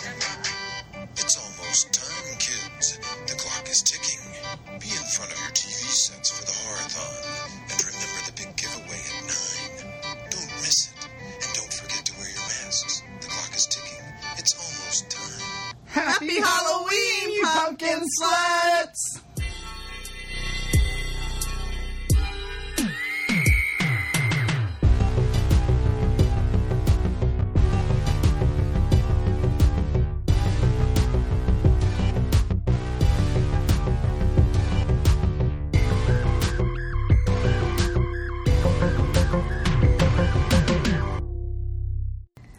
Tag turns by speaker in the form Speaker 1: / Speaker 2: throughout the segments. Speaker 1: It's almost time, kids. The clock is ticking. Be in front of your TV sets for the horathon. And remember the big giveaway at 9. Don't miss it. And don't forget to wear your masks. The clock is ticking. It's almost time.
Speaker 2: Happy Halloween, you pumpkin sluts!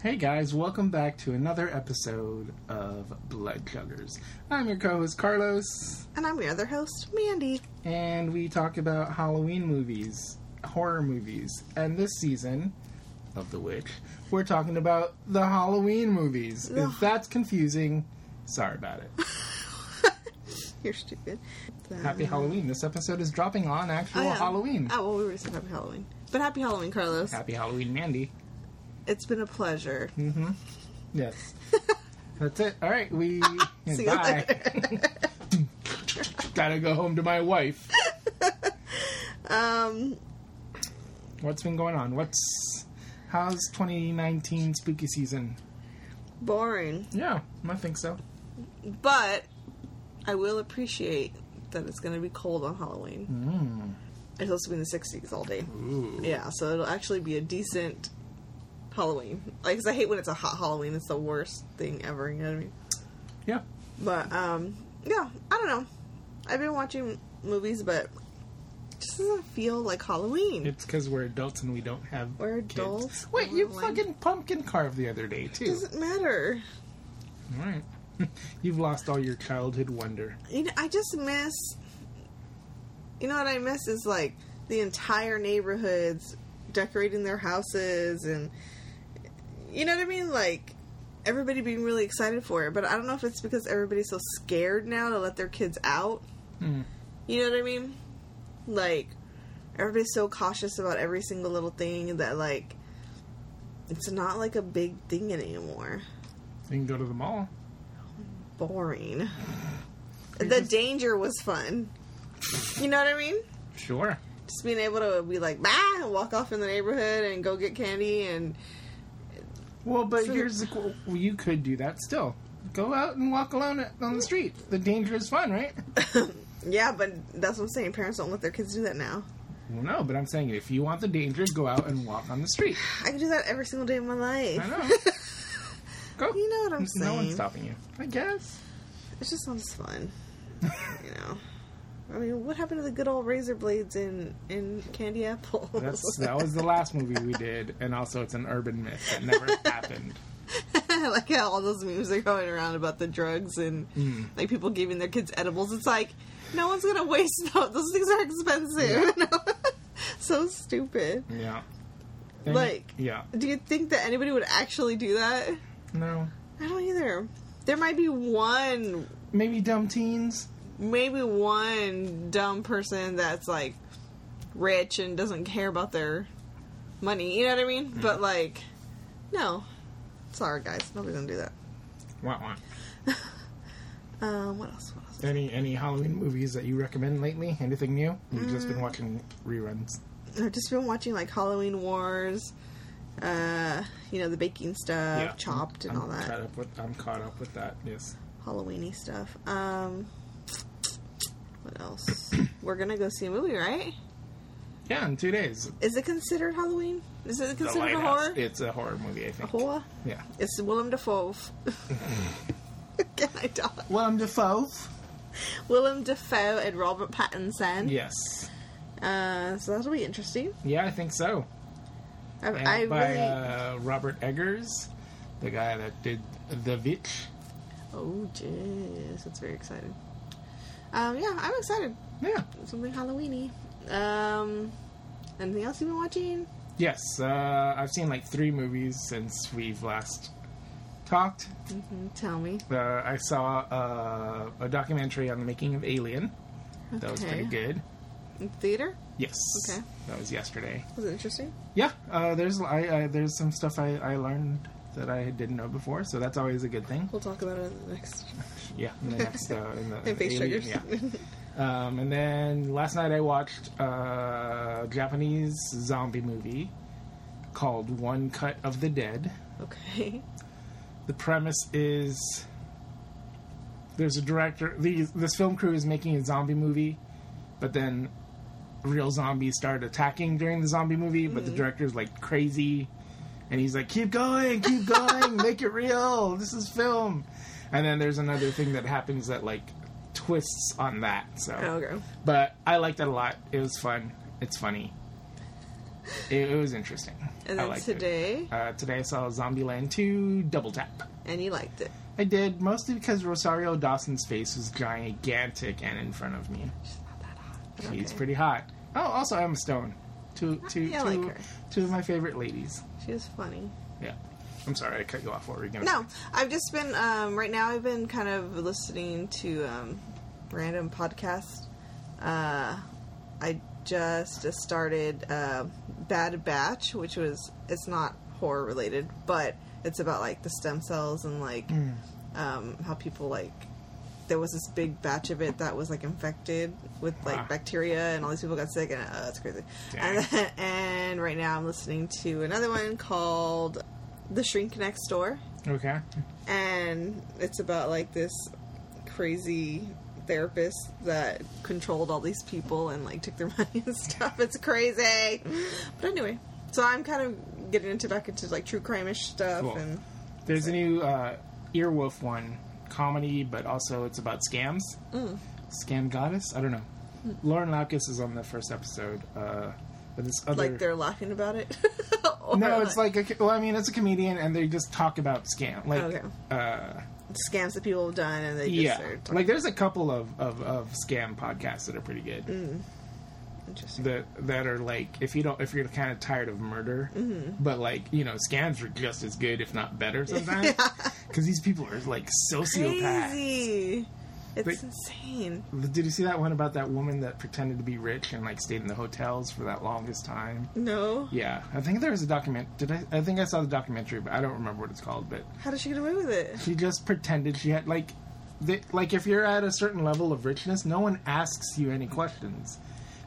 Speaker 2: Hey guys, welcome back to another episode of Blood Cluggers. I'm your co host Carlos,
Speaker 3: And I'm your other host, Mandy.
Speaker 2: and we talk about Halloween movies, horror movies, and this season of The Witch, we're talking about the Halloween movies. If that's confusing, sorry about it.
Speaker 3: You're stupid. The-
Speaker 2: Happy Halloween. This episode is dropping on actual
Speaker 3: Oh, yeah.
Speaker 2: Halloween.
Speaker 3: Oh, well, we were saying happy Halloween. But happy Halloween, Carlos.
Speaker 2: Happy Mm. Halloween, Mandy.
Speaker 3: It's been a pleasure.
Speaker 2: Yes. That's it. All right, we
Speaker 3: See you
Speaker 2: bye. Gotta go home to my wife.
Speaker 3: Um,
Speaker 2: What's been going on? What's how's 2019 spooky season?
Speaker 3: boring.
Speaker 2: Yeah, I think so.
Speaker 3: But I will appreciate that it's going to be cold on Halloween. Mm. It's supposed to be in the 60s all day. Yeah, so it'll actually be a decent Halloween. Like, 'cause I hate when it's a hot Halloween. It's the worst thing ever. You know what I mean?
Speaker 2: Yeah,
Speaker 3: But um, yeah, I don't know. I've been watching movies, but it just doesn't feel like Halloween.
Speaker 2: it's because we're adults and we don't have.
Speaker 3: We're
Speaker 2: kids.
Speaker 3: adults.
Speaker 2: Wait, you
Speaker 3: We're like-
Speaker 2: fucking pumpkin carved the other day too.
Speaker 3: doesn't matter.
Speaker 2: All right, you've lost all your childhood wonder.
Speaker 3: You know, I just miss. You know what I miss is like the entire neighborhoods decorating their houses, and you know what I mean, like. Everybody being really excited for it, but I don't know if it's because everybody's so scared now to let their kids out. You know what I mean? Like, everybody's so cautious about every single little thing that, like, it's not like a big thing anymore.
Speaker 2: You can go to the mall.
Speaker 3: Boring. The danger was fun. You know what I mean?
Speaker 2: Sure.
Speaker 3: Just being able to be like, bah, and walk off in the neighborhood and go get candy and
Speaker 2: Well, but
Speaker 3: So-
Speaker 2: here's the qu- well, you could do that still. Go out and walk alone on the street. The danger is fun, right?
Speaker 3: yeah, but that's what I'm saying. Parents don't let their kids do that now.
Speaker 2: Well, no, but I'm saying if you want the danger, go out and walk on the street.
Speaker 3: I can do that every single day of my life.
Speaker 2: I know. Go.
Speaker 3: You know what I'm
Speaker 2: No one's
Speaker 3: saying.
Speaker 2: stopping you. I guess.
Speaker 3: It just sounds fun. you know. I mean, what happened to the good old razor blades in in candy apples?
Speaker 2: That's that was the last movie we did, and also it's an urban myth that never happened.
Speaker 3: I like how all those memes are going around about the drugs and like people giving their kids edibles. It's like no one's gonna waste those. Those things are expensive. so stupid.
Speaker 2: Yeah.
Speaker 3: Like-
Speaker 2: Yeah.
Speaker 3: Do you think that anybody would actually do that?
Speaker 2: No.
Speaker 3: I don't either. There might be one,
Speaker 2: Maybe dumb teens.
Speaker 3: maybe one dumb person that's like rich and doesn't care about their money. You know what I mean? But like, no. Sorry, guys. Nobody's gonna do that.
Speaker 2: Wah, wah.
Speaker 3: Um, what else? What else?
Speaker 2: Any any Halloween movies that you recommend lately? Anything new? You've just been watching reruns.
Speaker 3: I've just been watching like Halloween Wars, uh, you know, the baking stuff,
Speaker 2: Yeah.
Speaker 3: chopped and
Speaker 2: I'm
Speaker 3: all that
Speaker 2: Caught up with, I'm caught up with that. Yes.
Speaker 3: Halloweeny stuff. Um, what else? We're gonna go see a movie, right?
Speaker 2: Yeah, in two days.
Speaker 3: Is it considered Halloween? Is it
Speaker 2: The
Speaker 3: considered a
Speaker 2: Lighthouse.
Speaker 3: horror?
Speaker 2: It's a horror movie, I think.
Speaker 3: horror?
Speaker 2: Yeah.
Speaker 3: It's Willem Dafoe. Can I talk?
Speaker 2: Willem Dafoe.
Speaker 3: Willem Dafoe and Robert Pattinson.
Speaker 2: Yes.
Speaker 3: Uh, so that'll be interesting.
Speaker 2: Yeah, I think so.
Speaker 3: I,
Speaker 2: And
Speaker 3: I
Speaker 2: by
Speaker 3: really.
Speaker 2: uh, Robert Eggers, the guy that did The Witch.
Speaker 3: oh, jeez, that's very exciting. Um, yeah, I'm excited.
Speaker 2: Yeah.
Speaker 3: something Halloweeny. Um, anything else you've been watching?
Speaker 2: Yes, uh, I've seen like three movies since we've last talked.
Speaker 3: Mm, Tell me.
Speaker 2: Uh, I saw uh, a documentary on the making of Alien. That was
Speaker 3: Okay.
Speaker 2: pretty good.
Speaker 3: In theater?
Speaker 2: Yes.
Speaker 3: Okay.
Speaker 2: That was yesterday.
Speaker 3: Was it interesting?
Speaker 2: Yeah. Uh, there's I, I, there's some stuff I, I learned that I didn't know before, so that's always a good thing.
Speaker 3: We'll talk about it in the next.
Speaker 2: Yeah. In the next, uh, in the,
Speaker 3: And face
Speaker 2: Alien,
Speaker 3: triggers.
Speaker 2: yeah. Um, and then last night I watched uh, a Japanese zombie movie called One Cut of the Dead.
Speaker 3: okay.
Speaker 2: The premise is there's a director. These, this film crew is making a zombie movie, but then real zombies start attacking during the zombie movie. But
Speaker 3: Mm-hmm.
Speaker 2: the director's like crazy, and he's like, "Keep going, keep going, make it real. This is film." And then there's another thing that happens that like twists on that. So
Speaker 3: Oh, okay.
Speaker 2: but I liked it a lot. It was fun. It's funny. It, it was interesting.
Speaker 3: And
Speaker 2: I
Speaker 3: then
Speaker 2: liked it.
Speaker 3: today,
Speaker 2: Uh, today I saw Zombieland 2 Double Tap.
Speaker 3: and you liked it.
Speaker 2: I did, mostly because Rosario Dawson's face was gigantic and in front of me.
Speaker 3: She's not that hot.
Speaker 2: She's
Speaker 3: Okay.
Speaker 2: pretty hot. Oh, also Emma Stone. Two, two,
Speaker 3: Yeah, I
Speaker 2: two-
Speaker 3: like her.
Speaker 2: two of my favorite ladies.
Speaker 3: She was funny.
Speaker 2: Yeah. I'm sorry I cut you off. What were you going to
Speaker 3: No, I've just been um, right now. I've been kind of listening to um, random podcasts. Uh, I just started uh, Bad Batch, which was it's not horror related, but it's about like the stem cells and like um, how people like there was this big batch of it that was like infected with like
Speaker 2: Wow.
Speaker 3: bacteria and all these people got sick and uh, it's crazy.
Speaker 2: Dang.
Speaker 3: And, then- and right now I'm listening to another one called The Shrink Next Door
Speaker 2: Okay.
Speaker 3: and it's about like this crazy therapist that controlled all these people and like took their money and stuff. It's crazy. But anyway, so I'm kind of getting into back into like true crimeish stuff
Speaker 2: Cool.
Speaker 3: and
Speaker 2: There's a new uh, Earwolf one, comedy, but also it's about scams.
Speaker 3: Mm.
Speaker 2: Scam Goddess? I don't know. Lauren Lapkus is on the first episode. Uh, but this other.
Speaker 3: like they're laughing about it. Or,
Speaker 2: no, it's like, a, well, I mean, it's a comedian, and they just talk about scam. Like,
Speaker 3: Okay.
Speaker 2: uh,
Speaker 3: scams that people have done and they just
Speaker 2: yeah.
Speaker 3: are talking
Speaker 2: Like, there's a couple of, of, of scam podcasts that are pretty good.
Speaker 3: Mm. interesting.
Speaker 2: That that are like, if you don't, if you're kind of tired of murder,
Speaker 3: Mm-hmm.
Speaker 2: but like, you know, scams are just as good, if not better, sometimes. Because these people are like sociopaths.
Speaker 3: Crazy. It's
Speaker 2: But-
Speaker 3: insane.
Speaker 2: Did you see that one about that woman that pretended to be rich and like stayed in the hotels for that longest time?
Speaker 3: No.
Speaker 2: Yeah, I think there was a document. Did I? I think I saw the documentary, but I don't remember what it's called. But
Speaker 3: How did she get away with it?
Speaker 2: she just pretended she had like, they, like if you're at a certain level of richness, no one asks you any questions.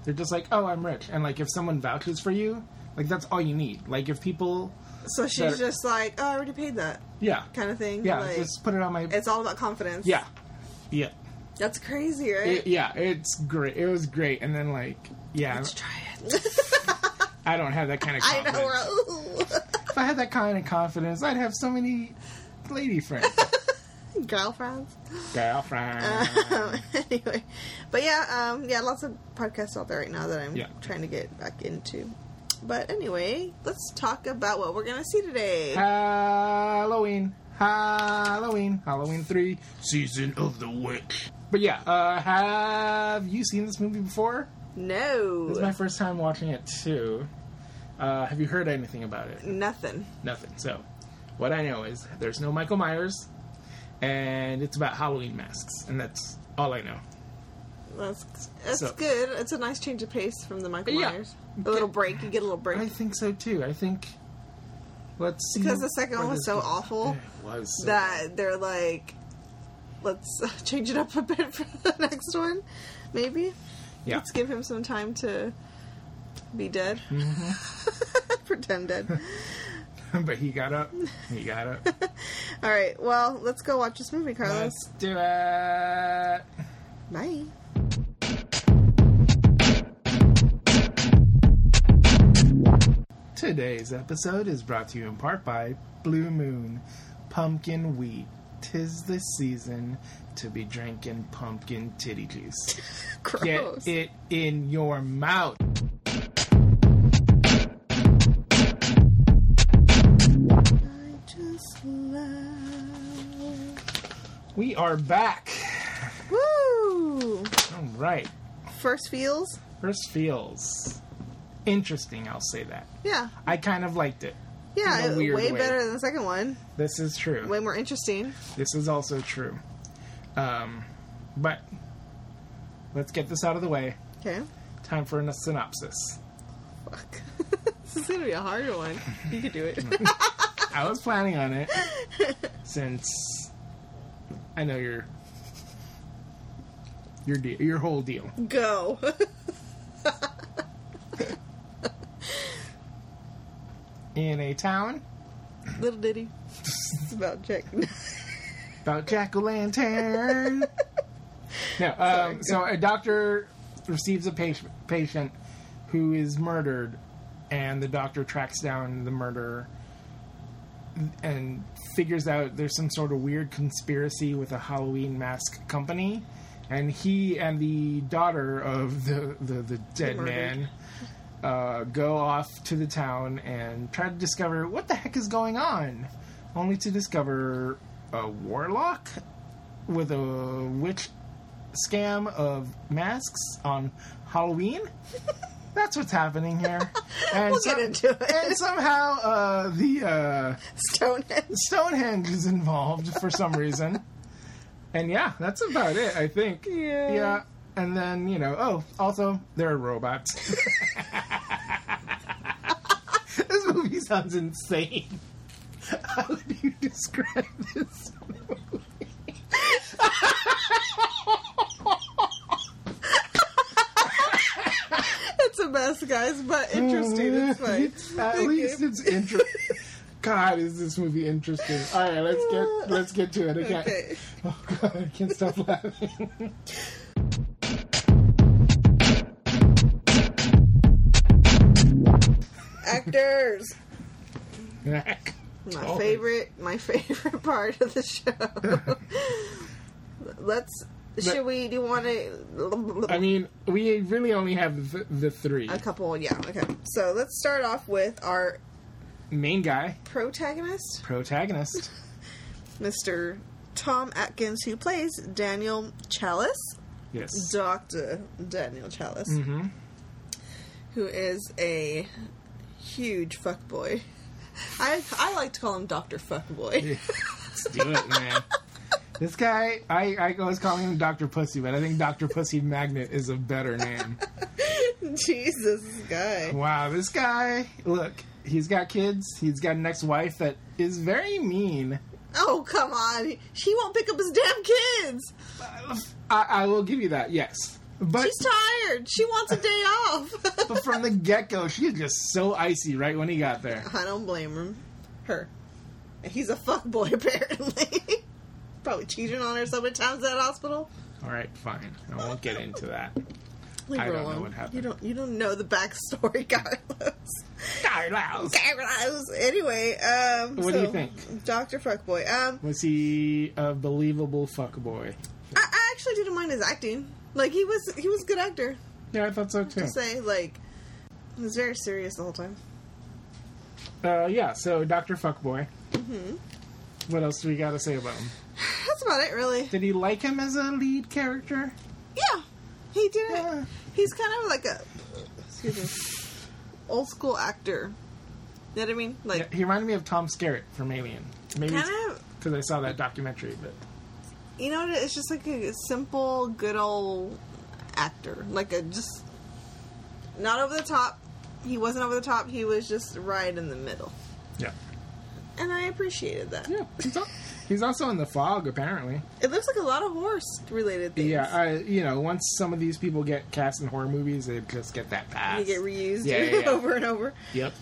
Speaker 2: They're just like, oh, I'm rich, and like if someone vouches for you, like that's all you need. Like if people,
Speaker 3: So she's
Speaker 2: Better-
Speaker 3: just like, oh, I already paid that
Speaker 2: yeah,
Speaker 3: kind of thing.
Speaker 2: yeah,
Speaker 3: Like,
Speaker 2: just put it on my,
Speaker 3: It's all about confidence.
Speaker 2: yeah, yeah,
Speaker 3: That's crazy, right?
Speaker 2: It- yeah. It's great. It was great, and then like, yeah,
Speaker 3: Let's try it.
Speaker 2: I don't have that kind of.
Speaker 3: I
Speaker 2: Confidence.
Speaker 3: know, we're
Speaker 2: If I had that kind of confidence, I'd have so many lady friends,
Speaker 3: ooh. girlfriends.
Speaker 2: girlfriends.
Speaker 3: Um, anyway, but yeah, um, yeah, lots of podcasts out there right now that I'm
Speaker 2: Yeah.
Speaker 3: trying to get back into. But anyway, let's talk about what we're gonna see today.
Speaker 2: Halloween, Halloween, Halloween three, season of the witch. But yeah, uh, have you seen this movie before? It's my
Speaker 3: no,
Speaker 2: first time watching it too. Uh, have you heard anything about it?
Speaker 3: nothing.
Speaker 2: Nothing. So, what I know is there's no Michael Myers, and it's about Halloween masks, and that's all I know.
Speaker 3: That's that's
Speaker 2: So-
Speaker 3: good. It's a nice change of pace from the Michael
Speaker 2: Yeah.
Speaker 3: Myers. A little break. You get a little
Speaker 2: I
Speaker 3: break
Speaker 2: think so too. I think. Let's see.
Speaker 3: because the second one
Speaker 2: where
Speaker 3: was
Speaker 2: this
Speaker 3: so
Speaker 2: goes.
Speaker 3: awful.
Speaker 2: It was so
Speaker 3: that they're like, let's change it up a bit for the next one, maybe.
Speaker 2: Yeah.
Speaker 3: Let's give him some time to be dead,
Speaker 2: Mm-hmm.
Speaker 3: pretend dead.
Speaker 2: but he got up. He got up.
Speaker 3: All right, well, let's go watch this movie, Carlos.
Speaker 2: Let's do it.
Speaker 3: Bye.
Speaker 2: Today's episode is brought to you in part by Blue Moon Pumpkin Wheat. Tis the season to be drinking pumpkin titty juice.
Speaker 3: Gross.
Speaker 2: Get it in your mouth.
Speaker 3: I just love.
Speaker 2: We are back.
Speaker 3: Woo!
Speaker 2: All right.
Speaker 3: First feels.
Speaker 2: First feels interesting. I'll say that.
Speaker 3: Yeah,
Speaker 2: I kind of liked it.
Speaker 3: Yeah,
Speaker 2: In a
Speaker 3: it-
Speaker 2: weird
Speaker 3: way
Speaker 2: way.
Speaker 3: better than the second one.
Speaker 2: This is true.
Speaker 3: Way more interesting.
Speaker 2: This is also true. Um, but let's get this out of the way.
Speaker 3: Okay.
Speaker 2: Time for a synopsis.
Speaker 3: Fuck. this is gonna be a harder one. You could do it.
Speaker 2: I was planning on it since I know your your de- your whole deal.
Speaker 3: Go.
Speaker 2: In a town
Speaker 3: Little ditty. It's about Jack.
Speaker 2: about jack o' lantern. no, um, so a doctor receives a patient, patient who is murdered, and the doctor tracks down the murderer and figures out there's some sort of weird conspiracy with a Halloween mask company. And he and the daughter of the, the, the dead man
Speaker 3: murdered.
Speaker 2: uh, go off to the town and try to discover what the heck is going on, only to discover a warlock with a witch scam of masks on Halloween. That's what's happening here. And
Speaker 3: We'll get into it.
Speaker 2: And somehow uh, the uh,
Speaker 3: Stonehenge.
Speaker 2: Stonehenge is involved for some reason. And yeah, that's about it, I think.
Speaker 3: Yeah.
Speaker 2: Yeah. And then, you know, oh, also, there are robots. this movie sounds insane. How would you describe this movie?
Speaker 3: It's the best, guys, but interesting. It's fine.
Speaker 2: It's- at
Speaker 3: Okay.
Speaker 2: least it's interesting. God, is this movie interesting? All right, let's get let's get to it. again.
Speaker 3: Okay.
Speaker 2: Oh god, I can't stop laughing.
Speaker 3: Actors. My
Speaker 2: Oh.
Speaker 3: favorite, my favorite part of the show. Let's. Should we? Do you want to?
Speaker 2: I mean, we really only have the, the three
Speaker 3: a couple, yeah. Okay, so let's start off with our
Speaker 2: main guy,
Speaker 3: protagonist,
Speaker 2: protagonist.
Speaker 3: Mr. Tom Atkins, who plays Daniel Chalice,
Speaker 2: Yes,
Speaker 3: Doctor Daniel Chalice,
Speaker 2: Mm-hmm.
Speaker 3: who is a huge fuckboy. I I like to call him Doctor Fuckboy.
Speaker 2: let's do it, man. This guy, I, I always call him Doctor Pussy, but I think Doctor Pussy Magnet is a better name.
Speaker 3: Jesus, this guy.
Speaker 2: Wow, this guy, look, he's got kids, he's got an ex-wife that is very mean.
Speaker 3: Oh come on, she won't pick up his damn kids.
Speaker 2: I, I will give you that, yes. But
Speaker 3: She's tired. She wants a day off.
Speaker 2: but from the get-go, she's just so icy right when he got there.
Speaker 3: I don't blame him. Her. He's a fuckboy, apparently. Probably cheating on her so many times at that hospital.
Speaker 2: All right, fine. I won't get into that.
Speaker 3: Leave
Speaker 2: I
Speaker 3: her
Speaker 2: don't know
Speaker 3: alone.
Speaker 2: what happened.
Speaker 3: You don't. You don't know the backstory, Carlos.
Speaker 2: Carlos.
Speaker 3: Carlos. Anyway, um.
Speaker 2: What do you
Speaker 3: so,
Speaker 2: think?
Speaker 3: Doctor Fuckboy? Um,
Speaker 2: Was he a believable fuckboy?
Speaker 3: I, I actually didn't mind his acting. Like he was. He was a good actor.
Speaker 2: Yeah, I thought so too.
Speaker 3: To say like, he was very serious the whole time.
Speaker 2: Uh, yeah, so Dr. Fuckboy.
Speaker 3: Mm-hmm.
Speaker 2: What else do we got to say about him?
Speaker 3: That's about it, really.
Speaker 2: Did he like him as a lead character?
Speaker 3: Yeah, he did it.
Speaker 2: Yeah.
Speaker 3: He's kind of like a excuse me, old school actor. You know what I mean?
Speaker 2: Yeah,
Speaker 3: Like
Speaker 2: He reminded me of Tom Skerritt from Alien. Maybe
Speaker 3: kind of.
Speaker 2: because I saw that documentary, but
Speaker 3: You know, what it- it's just like a simple, good old actor. Like a just not over the top. He wasn't over the top. He was just right in the middle,
Speaker 2: yeah,
Speaker 3: and I appreciated that.
Speaker 2: yeah. He's, al- he's also in the fog, apparently.
Speaker 3: It looks like a lot of horse related things.
Speaker 2: Yeah, I, you know, once some of these people get cast in horror movies, they just get that pass.
Speaker 3: you get reused
Speaker 2: Yeah, yeah, yeah.
Speaker 3: over and over.
Speaker 2: yep.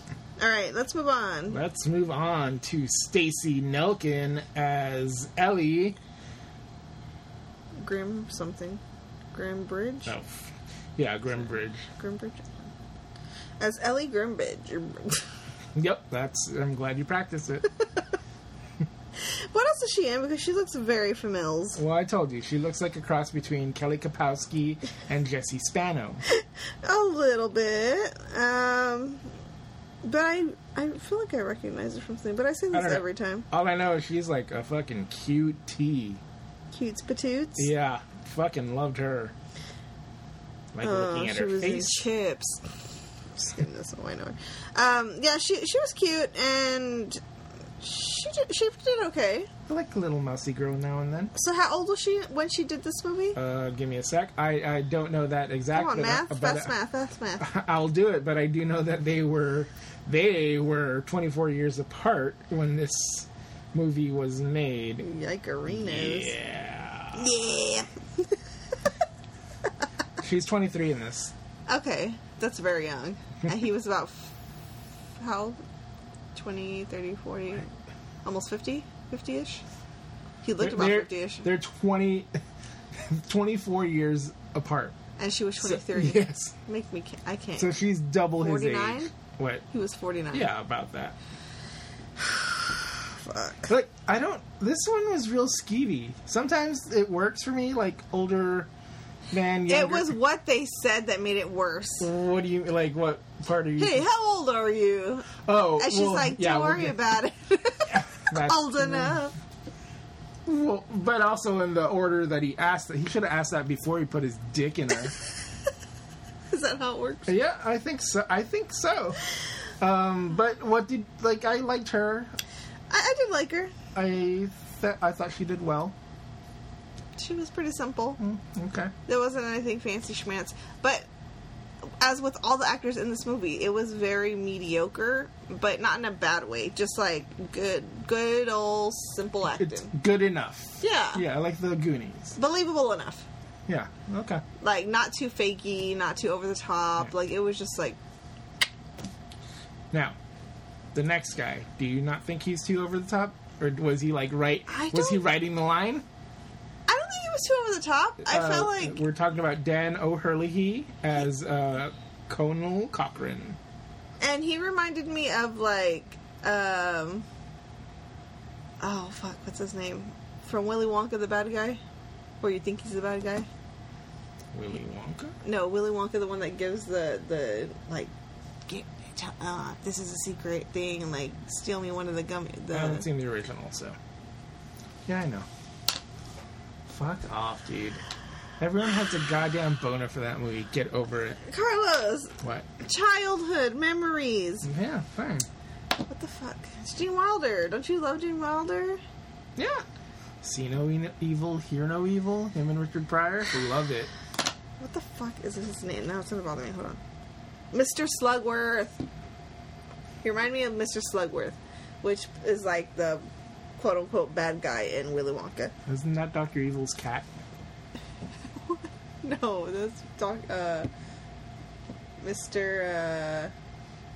Speaker 3: All right, let's move on.
Speaker 2: Let's move on to Stacy Nelkin as Ellie.
Speaker 3: Grim something, Grim Bridge.
Speaker 2: Oh, yeah, Grimbridge.
Speaker 3: Grimbridge. As Ellie Grimbridge.
Speaker 2: Yep, that's. I'm glad you practiced it.
Speaker 3: what else is she in? Because she looks very familiar.
Speaker 2: well, I told you, she looks like a cross between Kelly Kapowski and Jesse Spano.
Speaker 3: A little bit. Um, but I I feel like I recognize her from something. But I say this
Speaker 2: don't know.
Speaker 3: every time.
Speaker 2: All I know is she's like a fucking cutie.
Speaker 3: Cutes patoots.
Speaker 2: Yeah, fucking loved her. Like
Speaker 3: Oh,
Speaker 2: looking at
Speaker 3: she
Speaker 2: her
Speaker 3: was in
Speaker 2: face.
Speaker 3: Chips. skin this away nowhere. Um, yeah, she she was cute and she did, she did okay.
Speaker 2: I like a little mousy girl now and then.
Speaker 3: So how old was she when she did this movie?
Speaker 2: Uh, give me a sec. I, I don't know that exactly.
Speaker 3: Come on, math,
Speaker 2: but
Speaker 3: fast
Speaker 2: I-
Speaker 3: math, fast math.
Speaker 2: I'll do it, but I do know that they were they were 24 years apart when this movie was made.
Speaker 3: Yikerinos.
Speaker 2: Yeah,
Speaker 3: Yeah.
Speaker 2: she's 23 in this.
Speaker 3: Okay, that's very young. And he was about f- how old? 20, 30, 40, almost 50, 50-ish. He looked about
Speaker 2: they're,
Speaker 3: 50-ish.
Speaker 2: They're 20, 24 years apart.
Speaker 3: And she was
Speaker 2: So-
Speaker 3: 23.
Speaker 2: yes,
Speaker 3: Make me ca- I can't.
Speaker 2: so she's double his
Speaker 3: 49?
Speaker 2: age. What?
Speaker 3: he was 49.
Speaker 2: Yeah, about that.
Speaker 3: Fuck.
Speaker 2: Like I don't. This one was real skeevy. Sometimes it works for me, like older man. Younger.
Speaker 3: It was what they said that made it worse.
Speaker 2: What do you like? What part are you?
Speaker 3: Hey, how old are you?
Speaker 2: oh,
Speaker 3: And she's
Speaker 2: well,
Speaker 3: like, don't
Speaker 2: yeah, we'll
Speaker 3: worry
Speaker 2: get-
Speaker 3: about it.
Speaker 2: that's-
Speaker 3: old enough.
Speaker 2: Well, but also in the order that he asked that he should have asked that before he put his dick in her.
Speaker 3: Is that how it works?
Speaker 2: yeah, I think so. I think so. Um, but what did like? I liked her.
Speaker 3: I, I did like her.
Speaker 2: I th- I thought she did well.
Speaker 3: She was pretty simple.
Speaker 2: Mm-hmm. Okay.
Speaker 3: There wasn't anything fancy schmancy. But as with all the actors in this movie, it was very mediocre, but not in a bad way. Just like good, good old simple acting.
Speaker 2: It's good enough.
Speaker 3: Yeah.
Speaker 2: Yeah, I like the Goonies.
Speaker 3: Believable enough.
Speaker 2: Yeah. Okay.
Speaker 3: Like not too fakey, not too over the top.
Speaker 2: Yeah.
Speaker 3: Like it was just like
Speaker 2: Now, the next guy. Do you not think he's too over the top, or was he like right?
Speaker 3: I
Speaker 2: was he
Speaker 3: don't-
Speaker 2: writing the line?
Speaker 3: I don't think it was too over the top. I
Speaker 2: Uh,
Speaker 3: felt like
Speaker 2: we're talking about Dan O'Herlihy as uh, Conal Cochran.
Speaker 3: and he reminded me of like um oh fuck what's his name from willy wonka the bad guy or you think he's the bad guy
Speaker 2: Willy Wonka.
Speaker 3: no willy wonka the one that gives the the like get, tell, uh, this is a secret thing and like steal me one of the gummy
Speaker 2: I haven't
Speaker 3: the
Speaker 2: seen the original, so. Yeah, I know. Fuck off, dude. Everyone has a goddamn boner for that movie. Get over it.
Speaker 3: carlos
Speaker 2: What?
Speaker 3: childhood memories
Speaker 2: Yeah, fine.
Speaker 3: what the fuck it's gene wilder don't you love gene wilder
Speaker 2: Yeah. See no e- evil, hear no evil. Him and Richard Pryor. Love it.
Speaker 3: what the fuck is his name now it's gonna bother me hold on Mr. Slugworth. He reminded me of Mr. Slugworth, which is like the quote unquote bad guy in Willy Wonka.
Speaker 2: Isn't that Dr. Evil's cat?
Speaker 3: No, that's doc, uh, Mr. Uh,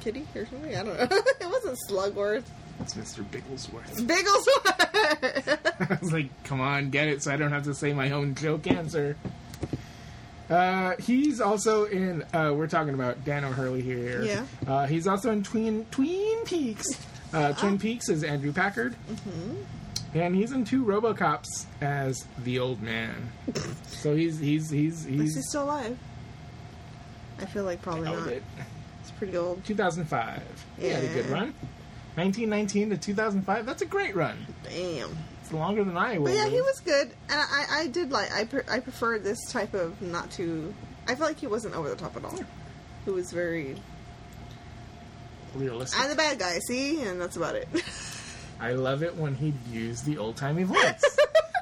Speaker 3: Kitty or something. I don't know. it wasn't Slugworth.
Speaker 2: It's Mr. Bigglesworth.
Speaker 3: Bigglesworth.
Speaker 2: I was like, come on, get it, so I don't have to say my own joke answer. Uh, he's also in. Uh, we're talking about Dan O'Hurley here.
Speaker 3: Yeah.
Speaker 2: Uh, he's also in Tween Tween Peaks.
Speaker 3: Ah.
Speaker 2: Uh, Twin Peaks is Andrew Packard. Mm-hmm. And he's in two RoboCops as the old man. so he's he's he's
Speaker 3: is
Speaker 2: he's.
Speaker 3: he still alive? I feel like probably
Speaker 2: out
Speaker 3: not.
Speaker 2: it.
Speaker 3: It's pretty old.
Speaker 2: 2005. He had a good
Speaker 3: Yeah.
Speaker 2: run. 1919 to 2005. That's a great run.
Speaker 3: Damn.
Speaker 2: It's longer than I
Speaker 3: But
Speaker 2: will.
Speaker 3: yeah, he
Speaker 2: live.
Speaker 3: was good, and I, I did like. I pre- I preferred this type of not too. I felt like he wasn't over the top at all. He was very.
Speaker 2: realistic.
Speaker 3: I'm the bad guy, see, and that's about it.
Speaker 2: I love it when he'd use the old timey voice.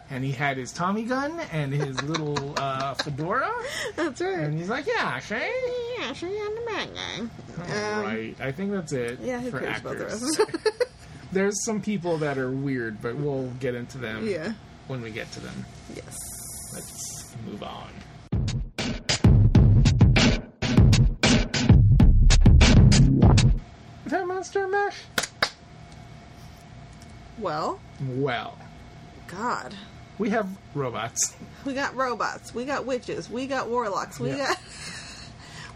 Speaker 2: and he had his Tommy gun and his little uh, fedora.
Speaker 3: that's right.
Speaker 2: And he's like, yeah, Shane.
Speaker 3: yeah, sure, yeah, I'm the bad guy. Um,
Speaker 2: right. I think that's it
Speaker 3: Yeah, who
Speaker 2: for
Speaker 3: cares about the
Speaker 2: actors.
Speaker 3: rest?
Speaker 2: There's some people that are weird, but we'll get into them
Speaker 3: Yeah.
Speaker 2: when we get to them.
Speaker 3: yes.
Speaker 2: Let's move on. That monster mesh?
Speaker 3: Well,
Speaker 2: Well,
Speaker 3: God,
Speaker 2: we have robots.
Speaker 3: we got robots, we got witches, we got warlocks, we
Speaker 2: Yeah.
Speaker 3: got.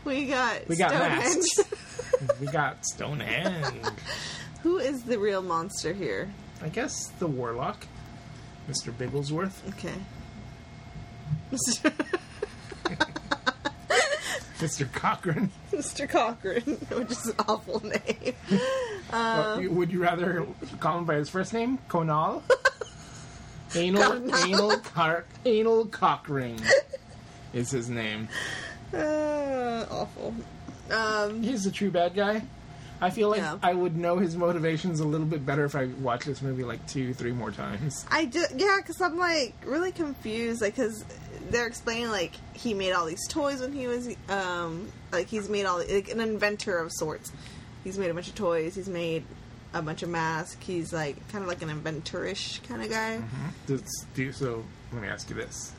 Speaker 3: We got
Speaker 2: We got
Speaker 3: Stonehenge.
Speaker 2: We got Stonehenge.
Speaker 3: Who is the real monster here?
Speaker 2: I guess the warlock, Mr. Bigglesworth.
Speaker 3: Okay.
Speaker 2: Mr. Cochran.
Speaker 3: Mr. Cochran, which is an awful name.
Speaker 2: Well, you- would you rather call him by his first name, Conal? anal, anal, car, anal Cochran is his name.
Speaker 3: Uh, awful. Um,
Speaker 2: He's the true bad guy. I feel like
Speaker 3: Yeah.
Speaker 2: I would know his motivations a little bit better if I watched this movie like two, three more times.
Speaker 3: I do, yeah, because I'm like really confused, like, because they're explaining like he made all these toys when he was, um, like he's made all like an inventor of sorts. He's made a bunch of toys. He's made a bunch of masks. He's like kind of like an inventor-ish kind of guy.
Speaker 2: Mm-hmm. Does- do- so let me ask you this: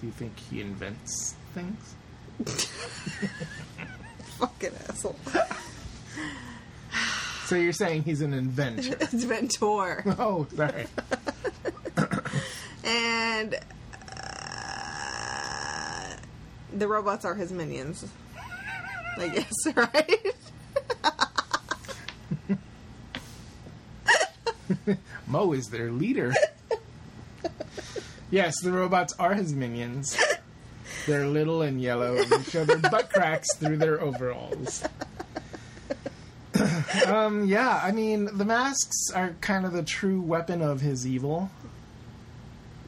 Speaker 2: Do you think he invents things?
Speaker 3: Fucking asshole,
Speaker 2: So you're saying he's an inventor?
Speaker 3: inventor.
Speaker 2: oh, sorry.
Speaker 3: and uh, the robots are his minions. I guess, right?
Speaker 2: Mo is their leader. yes, the robots are his minions. They're little and yellow and they show their butt cracks through their overalls. um, yeah, I mean, the masks are kind of the true weapon of his evil.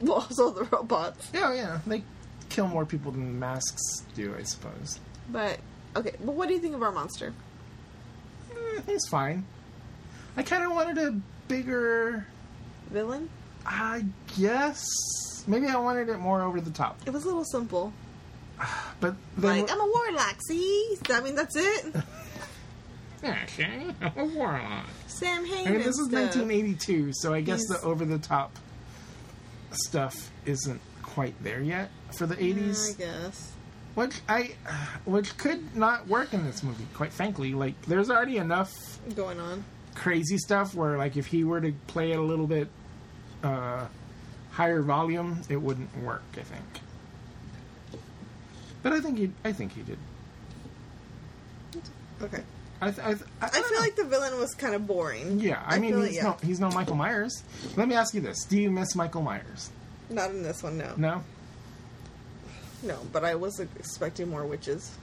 Speaker 3: Well, also the robots.
Speaker 2: Yeah, yeah, they kill more people than the masks do, I suppose.
Speaker 3: But okay, but what do you think of our monster?
Speaker 2: Mm, he's fine. I kind of wanted a bigger,
Speaker 3: Villain?
Speaker 2: I guess. Maybe I wanted it more over the top.
Speaker 3: It was a little simple.
Speaker 2: But then,
Speaker 3: Like, I'm a warlock, see? I mean, that's it.
Speaker 2: okay, I'm a warlock.
Speaker 3: Sam Hain.
Speaker 2: I mean, this is
Speaker 3: stuff.
Speaker 2: 1982, so I guess
Speaker 3: He's-
Speaker 2: the over the top stuff isn't quite there yet for the
Speaker 3: I
Speaker 2: 80s,
Speaker 3: guess.
Speaker 2: which I, which could not work in this movie. Quite frankly, like there's already enough
Speaker 3: Going on.
Speaker 2: crazy stuff where, like, if he were to play it a little bit uh, higher volume, it wouldn't work. I think. But I think he, I think he did.
Speaker 3: Okay.
Speaker 2: I, th- I, th- I,
Speaker 3: I
Speaker 2: don't
Speaker 3: feel
Speaker 2: know.
Speaker 3: like the villain was kind of boring.
Speaker 2: Yeah, I, mean,
Speaker 3: feel like-
Speaker 2: he's,
Speaker 3: yeah.
Speaker 2: no, he's no Michael Myers. Let me ask you this: Do you miss Michael Myers?
Speaker 3: Not in this one, no. no.
Speaker 2: No.
Speaker 3: but I was expecting more witches.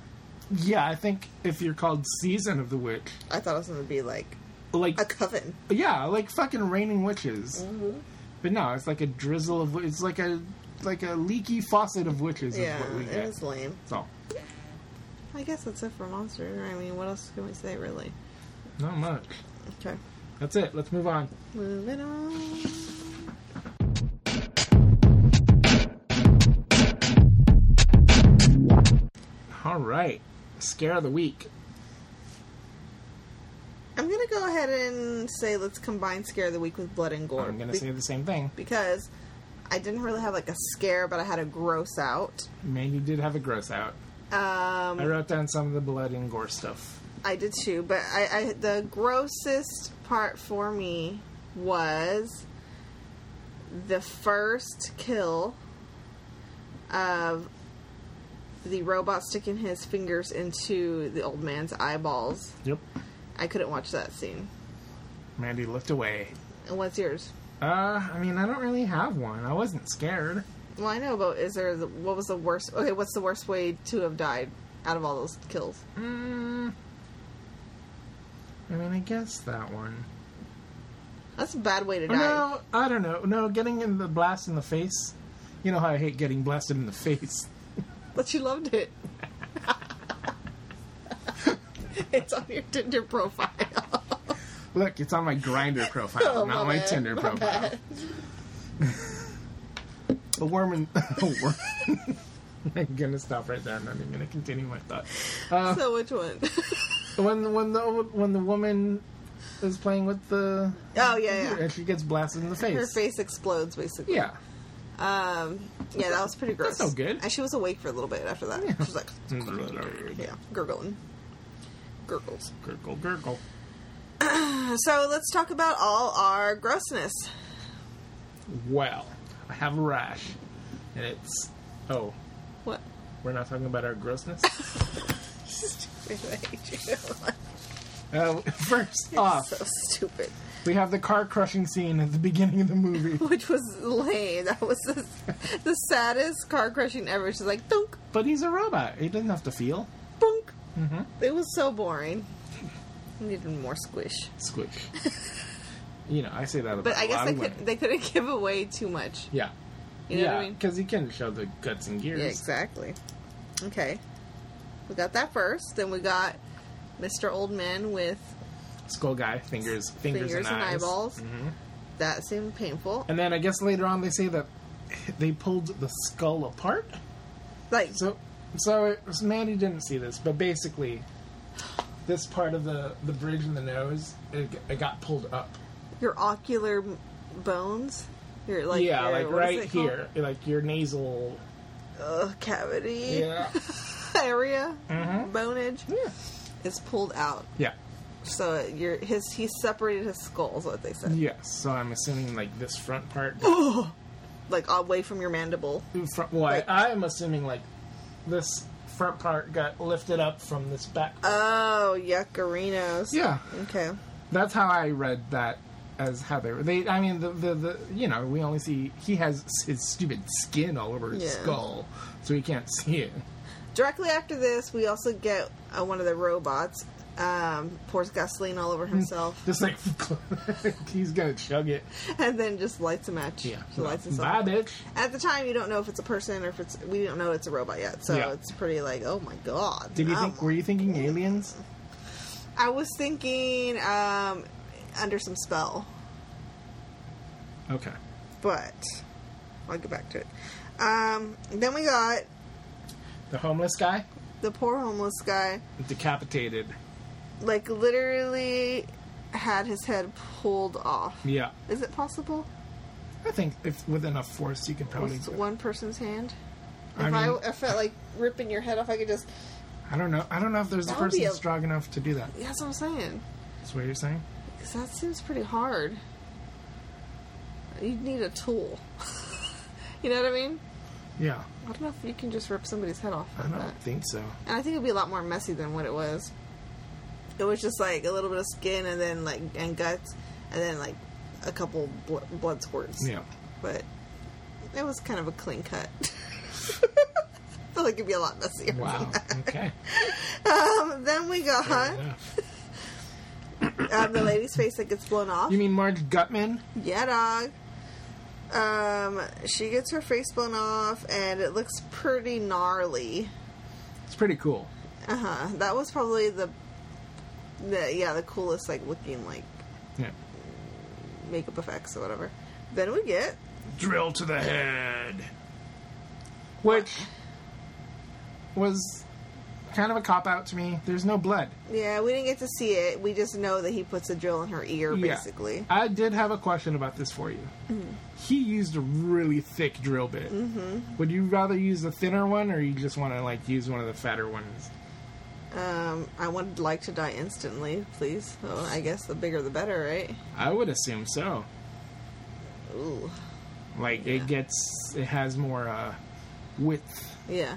Speaker 2: Yeah, I think if you're called Season of the Witch,
Speaker 3: I thought it was going to be like
Speaker 2: like
Speaker 3: a coven.
Speaker 2: yeah, like fucking raining witches.
Speaker 3: Mm-hmm.
Speaker 2: But no, it's like a drizzle of. It's like a like a leaky faucet of witches
Speaker 3: Yeah,
Speaker 2: is what we
Speaker 3: it
Speaker 2: get.
Speaker 3: was lame.
Speaker 2: So
Speaker 3: I guess that's it for Monster. I mean, what else can we say, really?
Speaker 2: not much.
Speaker 3: Okay.
Speaker 2: That's it. Let's move on.
Speaker 3: Moving on.
Speaker 2: All right, scare of the week.
Speaker 3: I'm going to go ahead and say let's combine Scare of the Week with Blood and Gore.
Speaker 2: I'm gonna
Speaker 3: be-
Speaker 2: say the same thing.
Speaker 3: Because I didn't really have like a scare, but I had a gross out.
Speaker 2: Man, you did have a gross out.
Speaker 3: Um,
Speaker 2: I wrote down some of the blood and gore stuff.
Speaker 3: I did too, but I, I the grossest part for me was the first kill of the robot sticking his fingers into the old man's eyeballs.
Speaker 2: Yep.
Speaker 3: I couldn't watch that scene.
Speaker 2: Mandy looked away.
Speaker 3: And what's yours?
Speaker 2: Uh, I mean, I don't really have one. I wasn't scared.
Speaker 3: Well, I know, but is there the, what was the worst? Okay, what's the worst way to have died out of all those kills?
Speaker 2: Mm, I mean, I guess that one.
Speaker 3: That's a bad way to
Speaker 2: Or
Speaker 3: die.
Speaker 2: Oh, no, I don't know. No, getting in the blast in the face. You know how I hate getting blasted in the face.
Speaker 3: But you loved it. it's on your Tinder profile.
Speaker 2: Look, it's on my grinder profile,
Speaker 3: Oh,
Speaker 2: not
Speaker 3: my
Speaker 2: my
Speaker 3: bad,
Speaker 2: Tinder
Speaker 3: my
Speaker 2: profile.
Speaker 3: bad.
Speaker 2: A worm in a worm. I'm gonna stop right there. I'm not even gonna continue my thought. Uh,
Speaker 3: So which one?
Speaker 2: when when the when the woman is playing with the
Speaker 3: oh yeah, yeah.
Speaker 2: and she gets blasted in the face.
Speaker 3: Her face explodes basically.
Speaker 2: Yeah.
Speaker 3: Um, yeah, that was pretty gross.
Speaker 2: no good.
Speaker 3: And she was awake for a little bit after that.
Speaker 2: Yeah.
Speaker 3: She was like, yeah, gurgling, gurgles.
Speaker 2: Gurgle, gurgle.
Speaker 3: So let's talk about all our grossness.
Speaker 2: Well, I have a rash, and it's oh,
Speaker 3: What?
Speaker 2: we're not talking about our grossness.
Speaker 3: Stupid, I hate you.
Speaker 2: uh, first
Speaker 3: You're
Speaker 2: off,
Speaker 3: so stupid.
Speaker 2: we have the car crushing scene at the beginning of the movie,
Speaker 3: Which was lame. That was the, the saddest car crushing ever. She's like, thunk,
Speaker 2: but he's a robot. He doesn't have to feel
Speaker 3: bunk.
Speaker 2: Mm-hmm.
Speaker 3: It was so boring. I needed more squish.
Speaker 2: squish. you know, I say that about.
Speaker 3: But I
Speaker 2: a
Speaker 3: guess
Speaker 2: lot
Speaker 3: they
Speaker 2: of
Speaker 3: could
Speaker 2: women.
Speaker 3: they couldn't give away too much.
Speaker 2: Yeah.
Speaker 3: You know what I
Speaker 2: yeah,
Speaker 3: mean?
Speaker 2: because he couldn't show the guts and gears.
Speaker 3: Yeah, exactly. Okay. We got that first. Then we got Mr. Old Man with
Speaker 2: Skull guy, fingers, fingers,
Speaker 3: fingers, and,
Speaker 2: eyes. Mm-hmm.
Speaker 3: eyeballs. That seemed painful.
Speaker 2: And then I guess later on they say that they pulled the skull apart.
Speaker 3: Like,
Speaker 2: So, so it was, Mandy didn't see this, but basically, this part of the the bridge in the nose it, g- it got pulled up.
Speaker 3: your ocular m- bones. Your like
Speaker 2: yeah,
Speaker 3: your-
Speaker 2: like
Speaker 3: what is
Speaker 2: right
Speaker 3: it called?
Speaker 2: here, like your nasal.
Speaker 3: Ugh, cavity
Speaker 2: Yeah, Mm-hmm.
Speaker 3: area bonage
Speaker 2: yeah,
Speaker 3: is pulled out.
Speaker 2: yeah.
Speaker 3: So your his he separated his skull is what they said.
Speaker 2: Yes. So I'm assuming like this front part.
Speaker 3: Like away from your mandible.
Speaker 2: front, well, I, I'm assuming like this front part got lifted up from this back. part.
Speaker 3: Oh, yuckarinos.
Speaker 2: yeah.
Speaker 3: Okay.
Speaker 2: That's how I read that as Heather. They, I mean, the, the, the you know, we only see he has s- his stupid skin all over his
Speaker 3: Yeah.
Speaker 2: skull, so he can't see it.
Speaker 3: Directly after this, we also get uh, one of the robots um, pours gasoline all
Speaker 2: Mm.
Speaker 3: over himself
Speaker 2: Just like he's gonna chug it.
Speaker 3: and then just lights a match.
Speaker 2: Yeah,
Speaker 3: He lights himself.
Speaker 2: bye, bitch.
Speaker 3: At the time, you don't know if it's a person or if it's we don't know it's a robot yet. So
Speaker 2: Yeah.
Speaker 3: it's pretty like, oh my god.
Speaker 2: Did you
Speaker 3: no.
Speaker 2: think? Were you thinking aliens?
Speaker 3: I was thinking um, under some spell,
Speaker 2: Okay.
Speaker 3: but I'll get back to it. Um, then we got
Speaker 2: The homeless guy
Speaker 3: the poor homeless guy,
Speaker 2: decapitated.
Speaker 3: like literally had his head pulled off.
Speaker 2: Yeah,
Speaker 3: Is it possible?
Speaker 2: I think if with enough force you can probably.
Speaker 3: With one person's hand? If
Speaker 2: I
Speaker 3: I,
Speaker 2: mean-
Speaker 3: I felt like ripping your head off, I could just.
Speaker 2: I don't know. I don't know if there's a
Speaker 3: That would be
Speaker 2: person
Speaker 3: a-
Speaker 2: strong enough to do that.
Speaker 3: That's what I'm saying.
Speaker 2: That's what you're saying.
Speaker 3: Because that seems pretty hard. You'd need a tool. you know what I mean?
Speaker 2: Yeah,
Speaker 3: I don't know if you can just rip somebody's head off
Speaker 2: I
Speaker 3: like
Speaker 2: don't
Speaker 3: that.
Speaker 2: think so.
Speaker 3: And I think it'd be a lot more messy than what it was. It was just like a little bit of skin and then like and guts and then like a couple bl- blood squirts.
Speaker 2: Yeah.
Speaker 3: But it was kind of a clean cut. I feel like it'd be a lot messier. than
Speaker 2: Wow.
Speaker 3: that.
Speaker 2: Okay.
Speaker 3: Um, then we got
Speaker 2: Yeah.
Speaker 3: um, the lady's face that gets blown off.
Speaker 2: You mean Marge Gutman?
Speaker 3: Yeah, dog. Um, she gets her face blown off, and it looks pretty gnarly.
Speaker 2: It's pretty cool.
Speaker 3: Uh huh. That was probably the, the yeah, the coolest like looking like
Speaker 2: Yeah.
Speaker 3: makeup effects or whatever. Then we get
Speaker 2: Drill to the head. Which was kind of a cop out to me. There's no blood.
Speaker 3: yeah, we didn't get to see it. We just know that he puts a drill in her ear,
Speaker 2: Yeah.
Speaker 3: basically.
Speaker 2: I did have a question about this for you. He used a really thick drill bit. Would you rather use the thinner one or you just want to like use one of the fatter ones?
Speaker 3: Um, I would like to die instantly, please. So I guess the bigger the better, right?
Speaker 2: I would assume so.
Speaker 3: Ooh,
Speaker 2: Like it gets it has more uh width.
Speaker 3: yeah,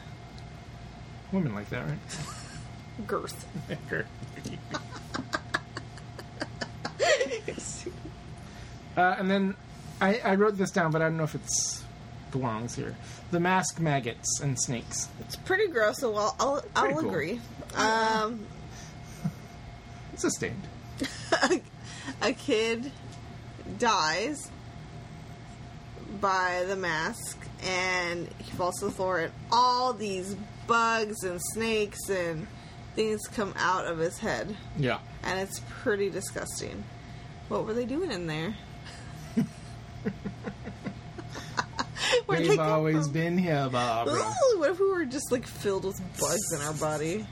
Speaker 2: Women like that, right?
Speaker 3: girth.
Speaker 2: Uh, and then I, I wrote this down, but I don't know if it's belongs here. The mask maggots and snakes.
Speaker 3: It's pretty gross, so I'll I'll,
Speaker 2: Pretty
Speaker 3: I'll
Speaker 2: cool.
Speaker 3: agree. Um,
Speaker 2: Sustained.
Speaker 3: a kid dies by the mask, and he falls to the floor, and all these bugs and snakes and things come out of his head,
Speaker 2: Yeah.
Speaker 3: and it's pretty disgusting. What were they doing in there? Where'd they
Speaker 2: They've
Speaker 3: come
Speaker 2: always
Speaker 3: from?
Speaker 2: been here, Barbara.
Speaker 3: Ooh, what if we were just like filled with bugs in our body?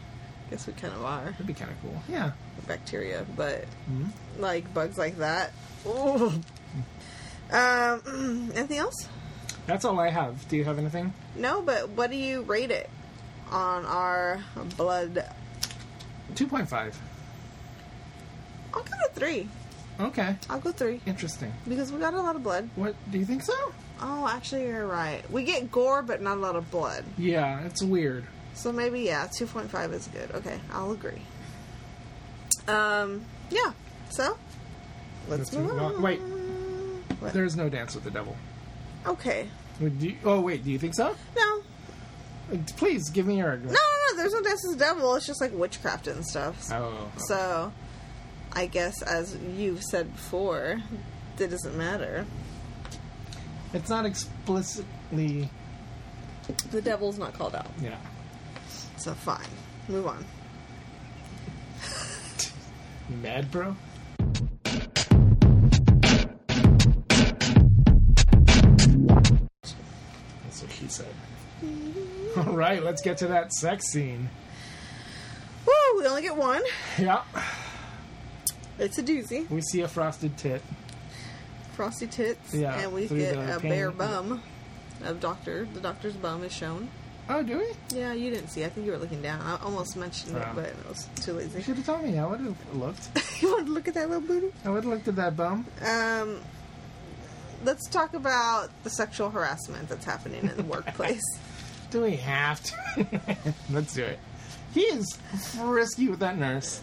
Speaker 3: Guess we kind of are
Speaker 2: That'd be kind of cool. Yeah.
Speaker 3: bacteria, but
Speaker 2: Hmm?
Speaker 3: like bugs like that. Ooh. Um, anything else?
Speaker 2: That's all I have. Do you have anything?
Speaker 3: No, but what do you rate it on our blood?
Speaker 2: 2.5.
Speaker 3: I'll give it a three.
Speaker 2: Okay.
Speaker 3: I'll go three
Speaker 2: Interesting.
Speaker 3: because we got a lot of blood.
Speaker 2: What? Do you think so?
Speaker 3: Oh, actually, you're right. We get gore, but not a lot of blood.
Speaker 2: Yeah, it's weird.
Speaker 3: So maybe yeah, two point five is good. Okay, I'll agree. Um, yeah. So
Speaker 2: Let's
Speaker 3: let's,
Speaker 2: move on. Wait.
Speaker 3: What?
Speaker 2: There's no dance with the devil.
Speaker 3: Okay.
Speaker 2: Would you, oh, wait. Do you think so?
Speaker 3: No,
Speaker 2: Uh, Please give me your argument.
Speaker 3: No, no, no. There's no dance with the devil. It's just like witchcraft and stuff.
Speaker 2: Oh.
Speaker 3: So, I guess as you've said before, it doesn't matter.
Speaker 2: It's not explicitly.
Speaker 3: The devil's not called out,
Speaker 2: Yeah.
Speaker 3: so fine. Move on.
Speaker 2: Mad bro? That's what he said. All right, let's get to that sex scene.
Speaker 3: Woo! We only get one.
Speaker 2: Yeah,
Speaker 3: It's a doozy.
Speaker 2: we see a frosted tit.
Speaker 3: Frosty tits.
Speaker 2: Yeah,
Speaker 3: and we
Speaker 2: through
Speaker 3: get
Speaker 2: the
Speaker 3: a bare
Speaker 2: pain.
Speaker 3: bum of doctor. The doctor's bum is shown.
Speaker 2: Oh, do we?
Speaker 3: Yeah, you didn't see. I think you were looking down. I almost mentioned it,
Speaker 2: Oh.
Speaker 3: but I was too
Speaker 2: You
Speaker 3: lazy.
Speaker 2: should have told me. I would have looked.
Speaker 3: you want to look at that little booty?
Speaker 2: I would have looked at that bum.
Speaker 3: Um, let's talk about the sexual harassment that's happening in the workplace.
Speaker 2: Do we have to? Let's do it. He is frisky with that nurse.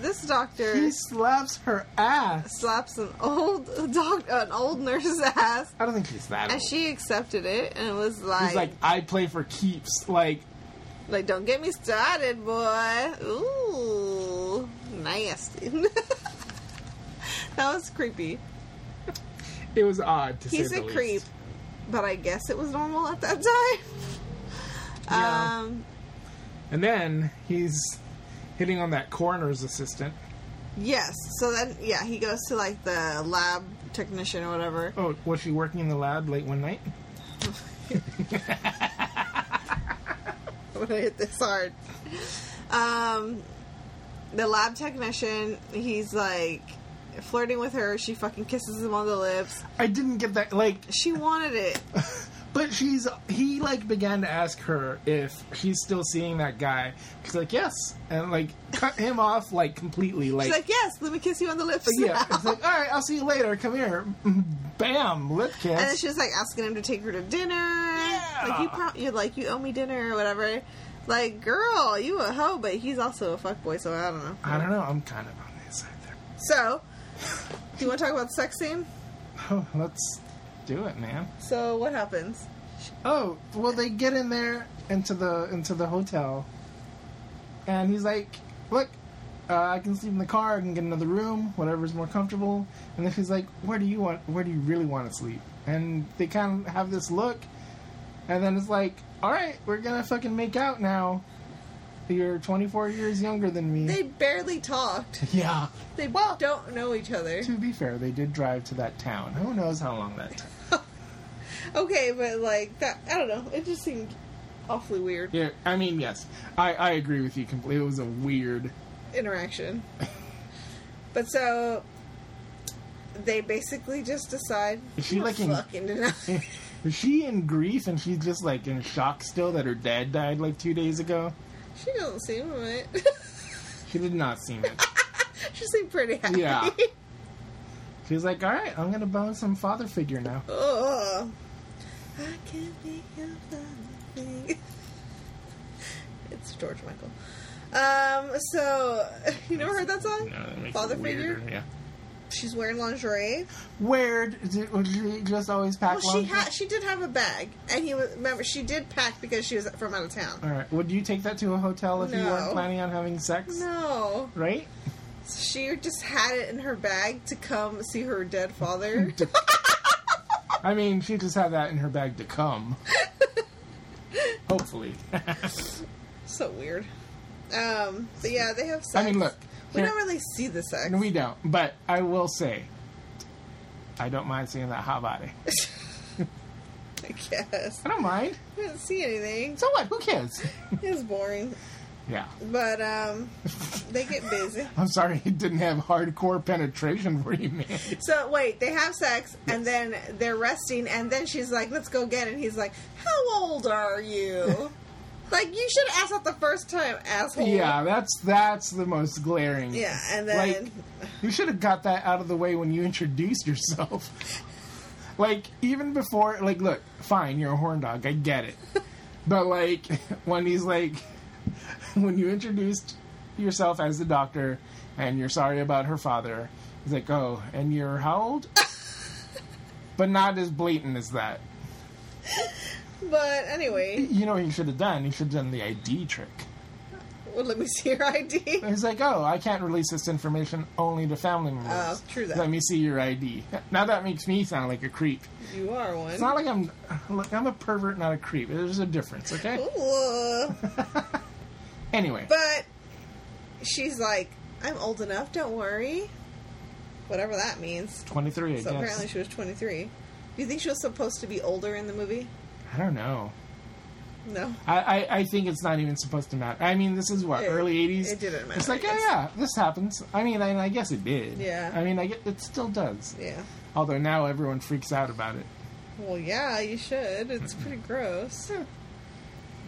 Speaker 3: This doctor
Speaker 2: He slaps her ass.
Speaker 3: slaps an old doc, an old nurse's ass,
Speaker 2: I don't think he's that.
Speaker 3: and
Speaker 2: Old.
Speaker 3: she accepted it and was
Speaker 2: He's
Speaker 3: like,
Speaker 2: like,
Speaker 3: like,
Speaker 2: I play for keeps. Like,
Speaker 3: don't get me started, boy." Ooh, nasty. that was creepy.
Speaker 2: it was odd to
Speaker 3: He's
Speaker 2: say
Speaker 3: a
Speaker 2: the
Speaker 3: creep,
Speaker 2: least.
Speaker 3: but I guess it was normal at that time.
Speaker 2: Yeah.
Speaker 3: Um,
Speaker 2: And then he's hitting on that coroner's assistant.
Speaker 3: yes. So then, yeah, he goes to like the lab technician or whatever.
Speaker 2: Oh, was she working in the lab late one night?
Speaker 3: I'm gonna hit this hard. Um, the lab technician, he's like flirting with her. She fucking kisses him on the lips.
Speaker 2: I didn't get that. Like,
Speaker 3: She wanted it.
Speaker 2: But she's he like began to ask her if she's still seeing that guy. She's like, yes, and like cut him off like completely. Like,
Speaker 3: She's like, yes, let me kiss you on the lips.
Speaker 2: yeah, it's like, all right, I'll see you later. Come here, bam, lip kiss.
Speaker 3: And then she was like asking him to take her to dinner. Like you, pro- you're like you owe me dinner or whatever. Like girl, you a hoe, but he's also a fuckboy, so I don't know.
Speaker 2: I don't know. I'm kind of on the inside there.
Speaker 3: So, do you want to talk about the sex scene?
Speaker 2: Oh, let's do it, man.
Speaker 3: So what happens?
Speaker 2: Oh, well, they get in there into the into the hotel, and he's like, "Look, uh, I can sleep in the car. I can get another room, whatever's more comfortable." And then she's like, "Where do you want? Where do you really want to sleep?" And they kind of have this look, and then it's like, "All right, we're gonna fucking make out now." You're 24 years younger than me.
Speaker 3: They barely talked.
Speaker 2: yeah.
Speaker 3: They don't know each other.
Speaker 2: To be fair, they did drive to that town. Who knows how long that? Took.
Speaker 3: Okay, but like that, I don't know. It just seemed awfully weird
Speaker 2: Yeah. I mean, yes, I I agree with you completely. It was a weird.
Speaker 3: interaction. but so they basically just decide.
Speaker 2: Is she
Speaker 3: "We're
Speaker 2: licking-
Speaker 3: fucking deny.
Speaker 2: Is she in grief and she's just like in shock still that her dad died like two days ago?
Speaker 3: she doesn't seem right.
Speaker 2: She did not seem it.
Speaker 3: she seemed pretty happy.
Speaker 2: Yeah. She's like, all right, I'm gonna bone some father figure now.
Speaker 3: Ugh. Oh. I can't be your father thing. it's George Michael. Um, so you never heard that song? Father figure.
Speaker 2: Yeah.
Speaker 3: She's wearing lingerie.
Speaker 2: Where did, would she just always pack?
Speaker 3: Well, she
Speaker 2: lunch?
Speaker 3: had she did have a bag, and he was remember she did pack because she was from out of town.
Speaker 2: All right. Would you take that to a hotel if you weren't
Speaker 3: No.
Speaker 2: planning on having sex?
Speaker 3: No,
Speaker 2: Right?
Speaker 3: she just had it in her bag to come see her dead
Speaker 2: Hmm.
Speaker 3: father.
Speaker 2: I mean, she just had that in her bag to come. Hopefully.
Speaker 3: so weird. Um, but yeah, they have. Sex.
Speaker 2: I mean, look.
Speaker 3: we
Speaker 2: here-
Speaker 3: don't really see the sex.
Speaker 2: we don't. But I will say, I don't mind seeing that hot body.
Speaker 3: I guess
Speaker 2: I don't mind.
Speaker 3: we didn't see anything.
Speaker 2: So what? Who cares?
Speaker 3: It was boring,
Speaker 2: Yeah.
Speaker 3: but um, they get busy.
Speaker 2: I'm sorry it didn't have hardcore penetration for you, man.
Speaker 3: So wait, they have sex and then they're resting, and then she's like, "Let's go again," and he's like, "How old are you?" like you should ask that the first time, asshole.
Speaker 2: Yeah, that's that's the most glaring.
Speaker 3: Yeah, and then
Speaker 2: Like- You should have got that out of the way when you introduced yourself. like, even before like look, fine, you're a horn dog, I get it. but like when he's like when you introduced yourself as the doctor and you're sorry about her father, he's like, Oh, and you're how old? but not as blatant as that.
Speaker 3: but anyway,
Speaker 2: You know what he should have done? He should have done the ID trick.
Speaker 3: well, let me see your ID.
Speaker 2: He's like, oh, I can't release this information only to family members.
Speaker 3: Oh, true that.
Speaker 2: Let me see your ID. Now that makes me sound like a creep.
Speaker 3: You are
Speaker 2: It's
Speaker 3: one.
Speaker 2: not like I'm, look, I'm a pervert, not a creep. There's a difference, okay?
Speaker 3: Ooh.
Speaker 2: Anyway,
Speaker 3: But she's like, I'm old enough, don't worry. Whatever that means.
Speaker 2: 23, I
Speaker 3: So apparently
Speaker 2: guess.
Speaker 3: she was 23. Do you think she was supposed to be older in the movie?
Speaker 2: I don't know.
Speaker 3: No.
Speaker 2: I, I, I think it's not even supposed to matter. I mean, this is what
Speaker 3: It-
Speaker 2: early '80s.
Speaker 3: it didn't matter,
Speaker 2: It's like,
Speaker 3: I
Speaker 2: yeah,
Speaker 3: guess.
Speaker 2: yeah, this happens. I mean, and I guess it did.
Speaker 3: Yeah.
Speaker 2: I mean, I get, it still does.
Speaker 3: Yeah.
Speaker 2: Although now everyone freaks out about it.
Speaker 3: Well, yeah, you should. It's pretty gross.
Speaker 2: Hmm.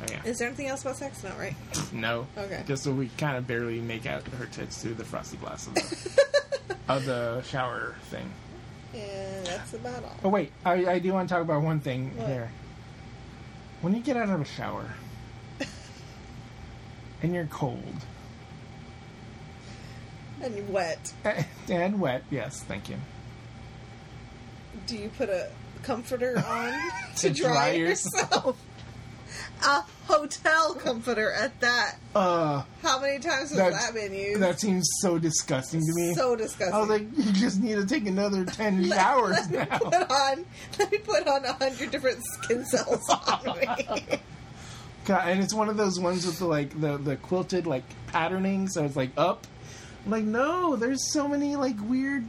Speaker 2: Oh, yeah.
Speaker 3: Is there anything else about sex? Not right.
Speaker 2: No.
Speaker 3: Okay.
Speaker 2: Just so we kind of barely make out her tits through the frosty glass of the, of the shower thing.
Speaker 3: And that's about all.
Speaker 2: Oh wait, I, I do want to talk about one thing
Speaker 3: What?
Speaker 2: here. When you get out of a shower and you're cold
Speaker 3: And wet.
Speaker 2: and wet, yes, thank you.
Speaker 3: Do you put a comforter on
Speaker 2: To
Speaker 3: to dry,
Speaker 2: dry
Speaker 3: yourself? a hotel comforter at that.
Speaker 2: Uh,
Speaker 3: How many times has
Speaker 2: That's-
Speaker 3: that been used?
Speaker 2: Uh, that seems so disgusting to me.
Speaker 3: so disgusting.
Speaker 2: I was like, you just need to take another ten showers now.
Speaker 3: put on let me put on a hundred different skin cells on me.
Speaker 2: God, and it's one of those ones with the like the the quilted like patterning, so it's like up. I'm like, no, there's so many like weird,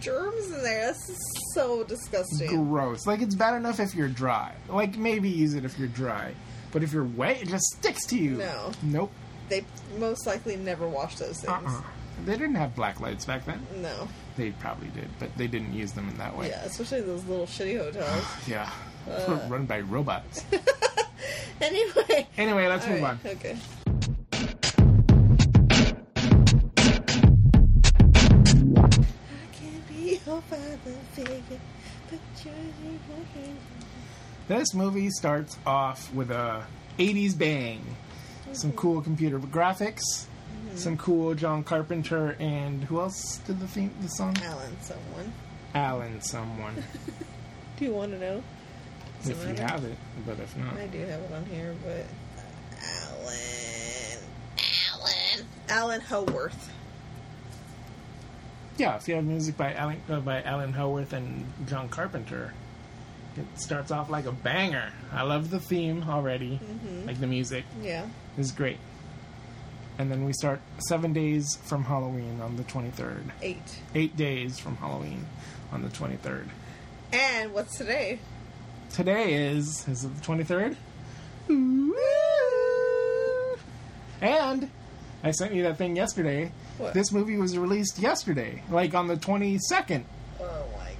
Speaker 3: Germs in there. That's just so disgusting.
Speaker 2: gross. Like it's bad enough if you're dry. Like maybe use it if you're dry, but if you're wet, it just sticks to you.
Speaker 3: No.
Speaker 2: nope.
Speaker 3: They most likely never wash those things.
Speaker 2: Uh-uh. They didn't have black lights back then.
Speaker 3: No.
Speaker 2: They probably did, but they didn't use them in that way.
Speaker 3: Yeah, especially those little shitty hotels.
Speaker 2: Yeah.
Speaker 3: Uh.
Speaker 2: Run by robots.
Speaker 3: anyway.
Speaker 2: anyway, let's move
Speaker 3: All
Speaker 2: on.
Speaker 3: right, Okay. I can't be your father figure, but you're the one.
Speaker 2: This movie starts off with a 80s bang. Some cool computer graphics, some cool John Carpenter, and who else did the theme, the song?
Speaker 3: Alan, someone.
Speaker 2: Alan, someone.
Speaker 3: Do you want to know? Does
Speaker 2: if
Speaker 3: it
Speaker 2: you
Speaker 3: matter?
Speaker 2: have it, but if not,
Speaker 3: I do have it on here, but uh, Alan, Alan, Alan Howarth.
Speaker 2: yeah, if you have music by Alan uh, by Alan Howarth and John Carpenter, it starts off like a banger. I love the theme already, like the music.
Speaker 3: Yeah.
Speaker 2: is great. And then we start seven days from Halloween on the 23rd.
Speaker 3: Eight.
Speaker 2: Eight days from Halloween on the 23rd.
Speaker 3: And what's today?
Speaker 2: Today is, is it the 23rd? Ooh. And I sent you that thing yesterday.
Speaker 3: What?
Speaker 2: This movie was released yesterday, like on the 22nd.
Speaker 3: Oh my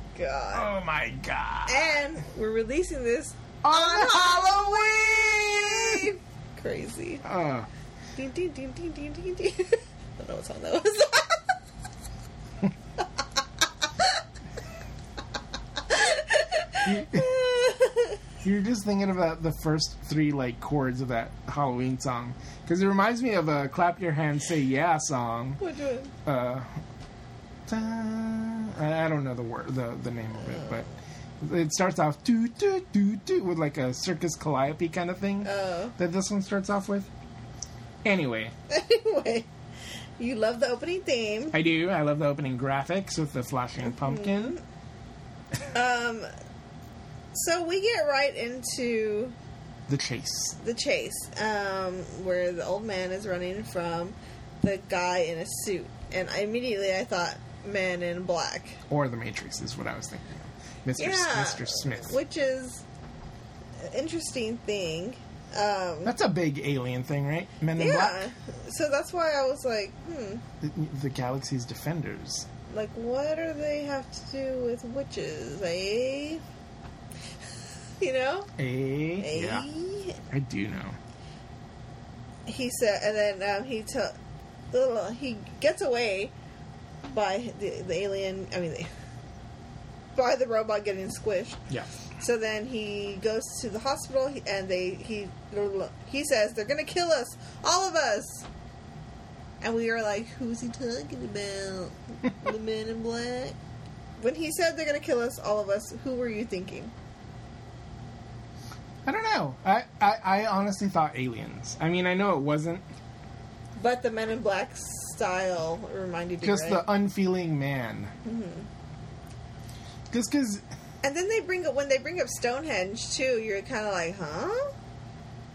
Speaker 2: Oh
Speaker 3: god.
Speaker 2: my god.
Speaker 3: And we're releasing this on Halloween. Crazy.
Speaker 2: Uh,
Speaker 3: Ding ding ding ding ding ding ding. I don't know what song that was.
Speaker 2: you're just thinking about the first three like chords of that Halloween song because it reminds me of a "Clap Your Hands, Say Yeah" song.
Speaker 3: Which one?
Speaker 2: uh, ta- I I don't know the word, the the name of it, but it starts off do do do do with like a circus calliope kind of thing
Speaker 3: Oh.
Speaker 2: that this one starts off with. Anyway,
Speaker 3: Anyway, you love the opening theme.
Speaker 2: I do. I love the opening graphics with the flashing
Speaker 3: Mm-hmm.
Speaker 2: pumpkin.
Speaker 3: Um, so we get right into
Speaker 2: The chase.
Speaker 3: the chase, um, where the old man is running from the guy in a suit, and I immediately I thought Man in Black,
Speaker 2: Or the Matrix is what I was thinking. Mr.
Speaker 3: yeah,
Speaker 2: S- Mr. Smith.
Speaker 3: which is an interesting thing. Um,
Speaker 2: That's a big alien thing, right? Men in
Speaker 3: yeah,
Speaker 2: Black?
Speaker 3: so that's why I was like, hmm,
Speaker 2: The, the Galaxy's Defenders.
Speaker 3: like what do they have to do with witches, eh? You know,
Speaker 2: Eh?
Speaker 3: eh?
Speaker 2: Yeah. I do know.
Speaker 3: he said, and then um, he took he gets away by the, the alien. I mean, the, by the robot getting squished.
Speaker 2: Yeah.
Speaker 3: So then he goes to the hospital, and they he he says they're gonna kill us, all of us. And we are like, who's he talking about? the men in black. When he said they're gonna kill us, all of us, who were you thinking?
Speaker 2: I don't know. I, I, I honestly thought aliens. I mean, I know it wasn't
Speaker 3: But the Men in Black style reminded you,
Speaker 2: just
Speaker 3: right?
Speaker 2: the unfeeling man. Just because,
Speaker 3: And then they bring up when they bring up Stonehenge too. You're kind of like, huh?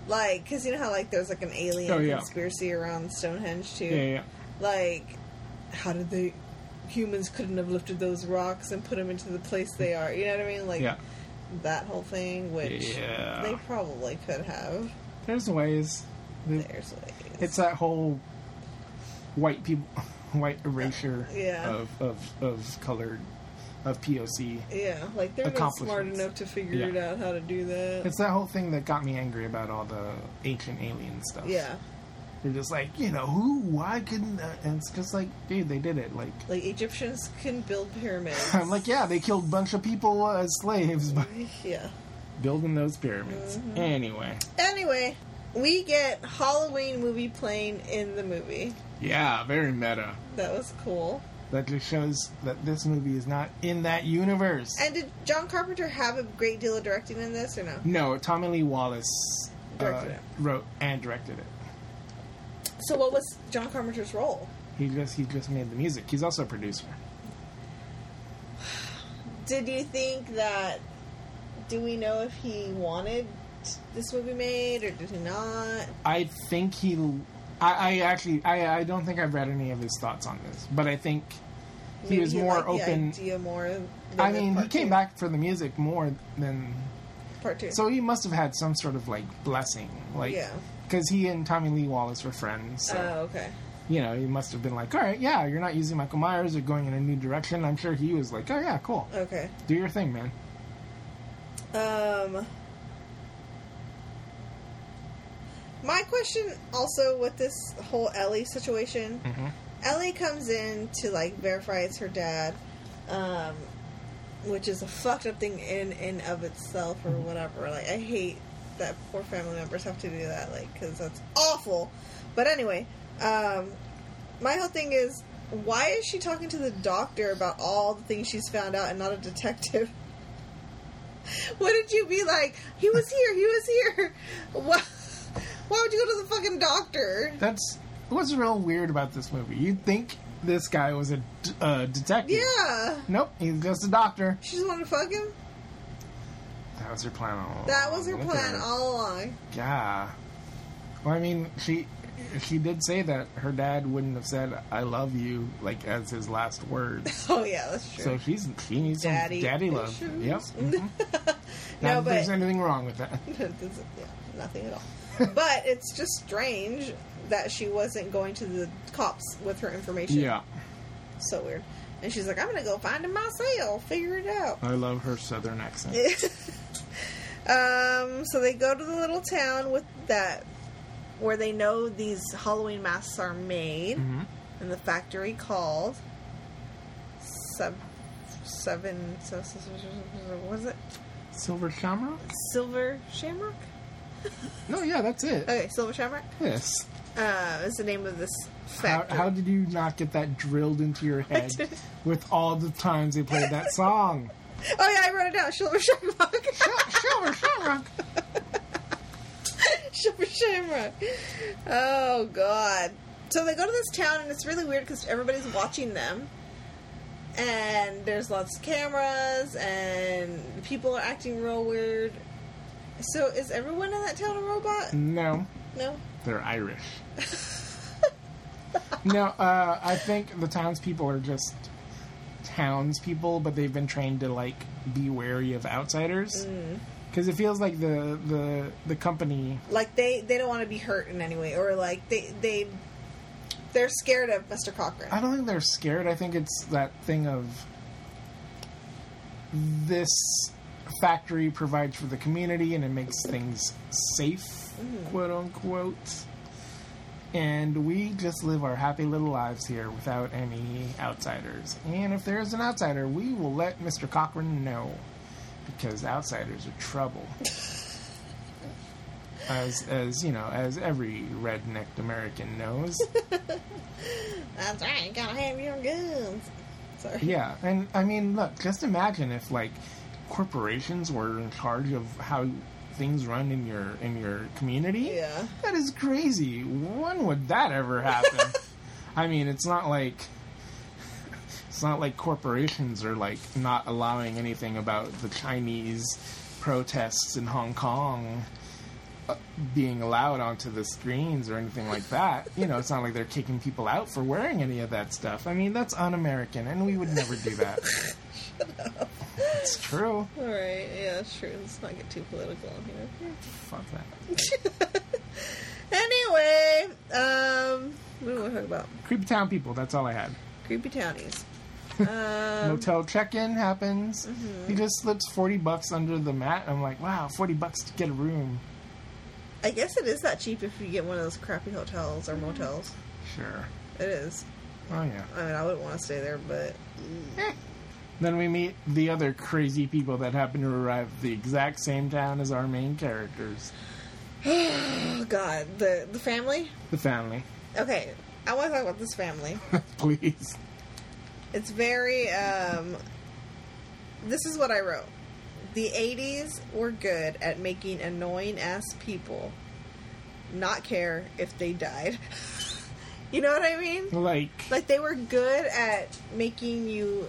Speaker 3: Like, because you know how like there's like an alien
Speaker 2: Oh, yeah.
Speaker 3: conspiracy around Stonehenge too.
Speaker 2: Yeah, yeah.
Speaker 3: Like, how did they? Humans couldn't have lifted those rocks and put them into the place they are. You know what I mean? Like
Speaker 2: yeah.
Speaker 3: that whole thing, which
Speaker 2: Yeah.
Speaker 3: they probably could have.
Speaker 2: There's ways.
Speaker 3: There's ways.
Speaker 2: It's that whole white people, white erasure
Speaker 3: Yeah.
Speaker 2: of, of of colored, of POC.
Speaker 3: yeah, like they're not smart
Speaker 2: accomplishments.
Speaker 3: enough to figure it out how to do that.
Speaker 2: It's that whole thing that got me angry about all the ancient alien stuff.
Speaker 3: yeah,
Speaker 2: They're just like, you know, who, why couldn't, uh, and it's just like, dude, they did it. Like,
Speaker 3: like Egyptians can build pyramids.
Speaker 2: I'm like, yeah, they killed a bunch of people as slaves by
Speaker 3: yeah.
Speaker 2: building those pyramids. Anyway,
Speaker 3: Anyway, we get Halloween movie playing in the movie.
Speaker 2: yeah, very meta.
Speaker 3: That was cool.
Speaker 2: That just shows that this movie is not in that universe.
Speaker 3: And did John Carpenter have a great deal of directing in this or no?
Speaker 2: no, Tommy Lee Wallace uh,
Speaker 3: Directed it.
Speaker 2: wrote and directed it.
Speaker 3: So what was John Carpenter's role?
Speaker 2: He just he just made the music. He's also a producer.
Speaker 3: Did you think that? Do we know if he wanted this movie made or did he not?
Speaker 2: I think he. I, I actually I, I don't think I've read any of his thoughts on this, but I think he
Speaker 3: Maybe
Speaker 2: was more
Speaker 3: liked the
Speaker 2: open.
Speaker 3: idea more. than
Speaker 2: I
Speaker 3: the
Speaker 2: mean, he
Speaker 3: part
Speaker 2: came
Speaker 3: two-
Speaker 2: back for the music more than
Speaker 3: part two.
Speaker 2: so he must have had some sort of like blessing, like
Speaker 3: Yeah.
Speaker 2: because he and Tommy Lee Wallace were friends. So.
Speaker 3: oh, okay.
Speaker 2: you know, he must have been like, all right, yeah, you're not using Michael Myers or going in a new direction. I'm sure he was like, oh, yeah, cool.
Speaker 3: Okay.
Speaker 2: Do your thing, man.
Speaker 3: Um, my question also with this whole Ellie situation.
Speaker 2: Mm-hmm.
Speaker 3: Ellie comes in to like verify it's her dad, um, which is a fucked up thing in and of itself or whatever. Like I hate that poor family members have to do that, like because that's awful. But anyway, um, my whole thing is why is she talking to the doctor about all the things she's found out and not a detective? Wouldn't you be like, he was here, he was here? Why, why would you go to the fucking doctor?
Speaker 2: That's what's real weird about this movie. You'd think this guy was a d- uh, detective.
Speaker 3: Yeah.
Speaker 2: Nope, he's just a doctor.
Speaker 3: She just wanted to fuck him?
Speaker 2: That was her plan all along.
Speaker 3: That was her
Speaker 2: Look at
Speaker 3: plan
Speaker 2: her.
Speaker 3: all along.
Speaker 2: Yeah. Well, I mean, she she did say that her dad wouldn't have said "I love you" like as his last words.
Speaker 3: Oh, yeah, that's true.
Speaker 2: so she's she needs
Speaker 3: Daddy
Speaker 2: some daddy love.
Speaker 3: issues.
Speaker 2: Yep. Mhm. Not
Speaker 3: no,
Speaker 2: that there's
Speaker 3: but.
Speaker 2: anything wrong with that.
Speaker 3: There's- yeah, nothing at all. but it's just strange that she wasn't going to the cops with her information.
Speaker 2: Yeah.
Speaker 3: So weird. And she's like, I'm going to go find him myself, figure it out.
Speaker 2: I love her southern accent.
Speaker 3: um, so they go to the little town with that where they know these Halloween masks are made,
Speaker 2: Mhm.
Speaker 3: and the factory called Sub Seven. So, so- so- so- so- what is it?
Speaker 2: Silver Shamrock?
Speaker 3: Silver Shamrock.
Speaker 2: No, yeah, that's it.
Speaker 3: Okay, Silver Shamrock
Speaker 2: Yes.
Speaker 3: uh, is the name of this
Speaker 2: How,
Speaker 3: factory.
Speaker 2: how did you not get that drilled into your head
Speaker 3: didn't.
Speaker 2: with all the times they played that song?
Speaker 3: oh yeah, I wrote it down. Silver Shamrock.
Speaker 2: Silver Shamrock.
Speaker 3: Silver Shamrock. Oh god. So they go to this town and it's really weird because everybody's watching them, and there's lots of cameras and people are acting real weird. So is everyone in that town a robot?
Speaker 2: No,
Speaker 3: No.
Speaker 2: they're Irish. no, uh, I think the townspeople are just townspeople, but they've been trained to like be wary of outsiders because it feels like the the the company.
Speaker 3: Like they they don't want to be hurt in any way, or like they they they're scared of Mr. Cochran.
Speaker 2: I don't think they're scared. I think it's that thing of this factory provides for the community and it makes things safe, quote unquote. And we just live our happy little lives here without any outsiders. And if there is an outsider, we will let Mr. Cochran know because outsiders are trouble. as as you know, as every rednecked American knows.
Speaker 3: That's right. You gotta have your guns. Sorry.
Speaker 2: Yeah, and I mean, look, just imagine if like corporations were in charge of how things run in your in your community.
Speaker 3: Yeah.
Speaker 2: That is crazy. When would that ever happen? I mean, it's not like it's not like corporations are like not allowing anything about the Chinese protests in Hong Kong uh, being allowed onto the screens or anything like that. You know, it's not like they're kicking people out for wearing any of that stuff. I mean, that's un-American, and we would never do that. It's true.
Speaker 3: All right, yeah, that's true. Let's not get too political on here.
Speaker 2: Fuck that.
Speaker 3: Anyway, um, what do we want to talk about?
Speaker 2: Creepy Town people. That's all I had.
Speaker 3: Creepy townies. Um,
Speaker 2: Motel check-in happens. He just slips forty bucks under the mat. I'm like, wow, forty bucks to get a room.
Speaker 3: I guess it is that cheap if you get one of those crappy hotels or motels.
Speaker 2: Sure.
Speaker 3: It is.
Speaker 2: Oh yeah.
Speaker 3: I mean, I wouldn't want to stay there, but
Speaker 2: Then we meet the other crazy people that happen to arrive at the exact same town as our main characters.
Speaker 3: oh god, the the family.
Speaker 2: The family.
Speaker 3: Okay, I want to talk about this family.
Speaker 2: Please.
Speaker 3: It's very. Um, this is what I wrote. The 80s were good at making annoying ass people not care if they died. you know what I mean?
Speaker 2: Like,
Speaker 3: Like, they were good at making you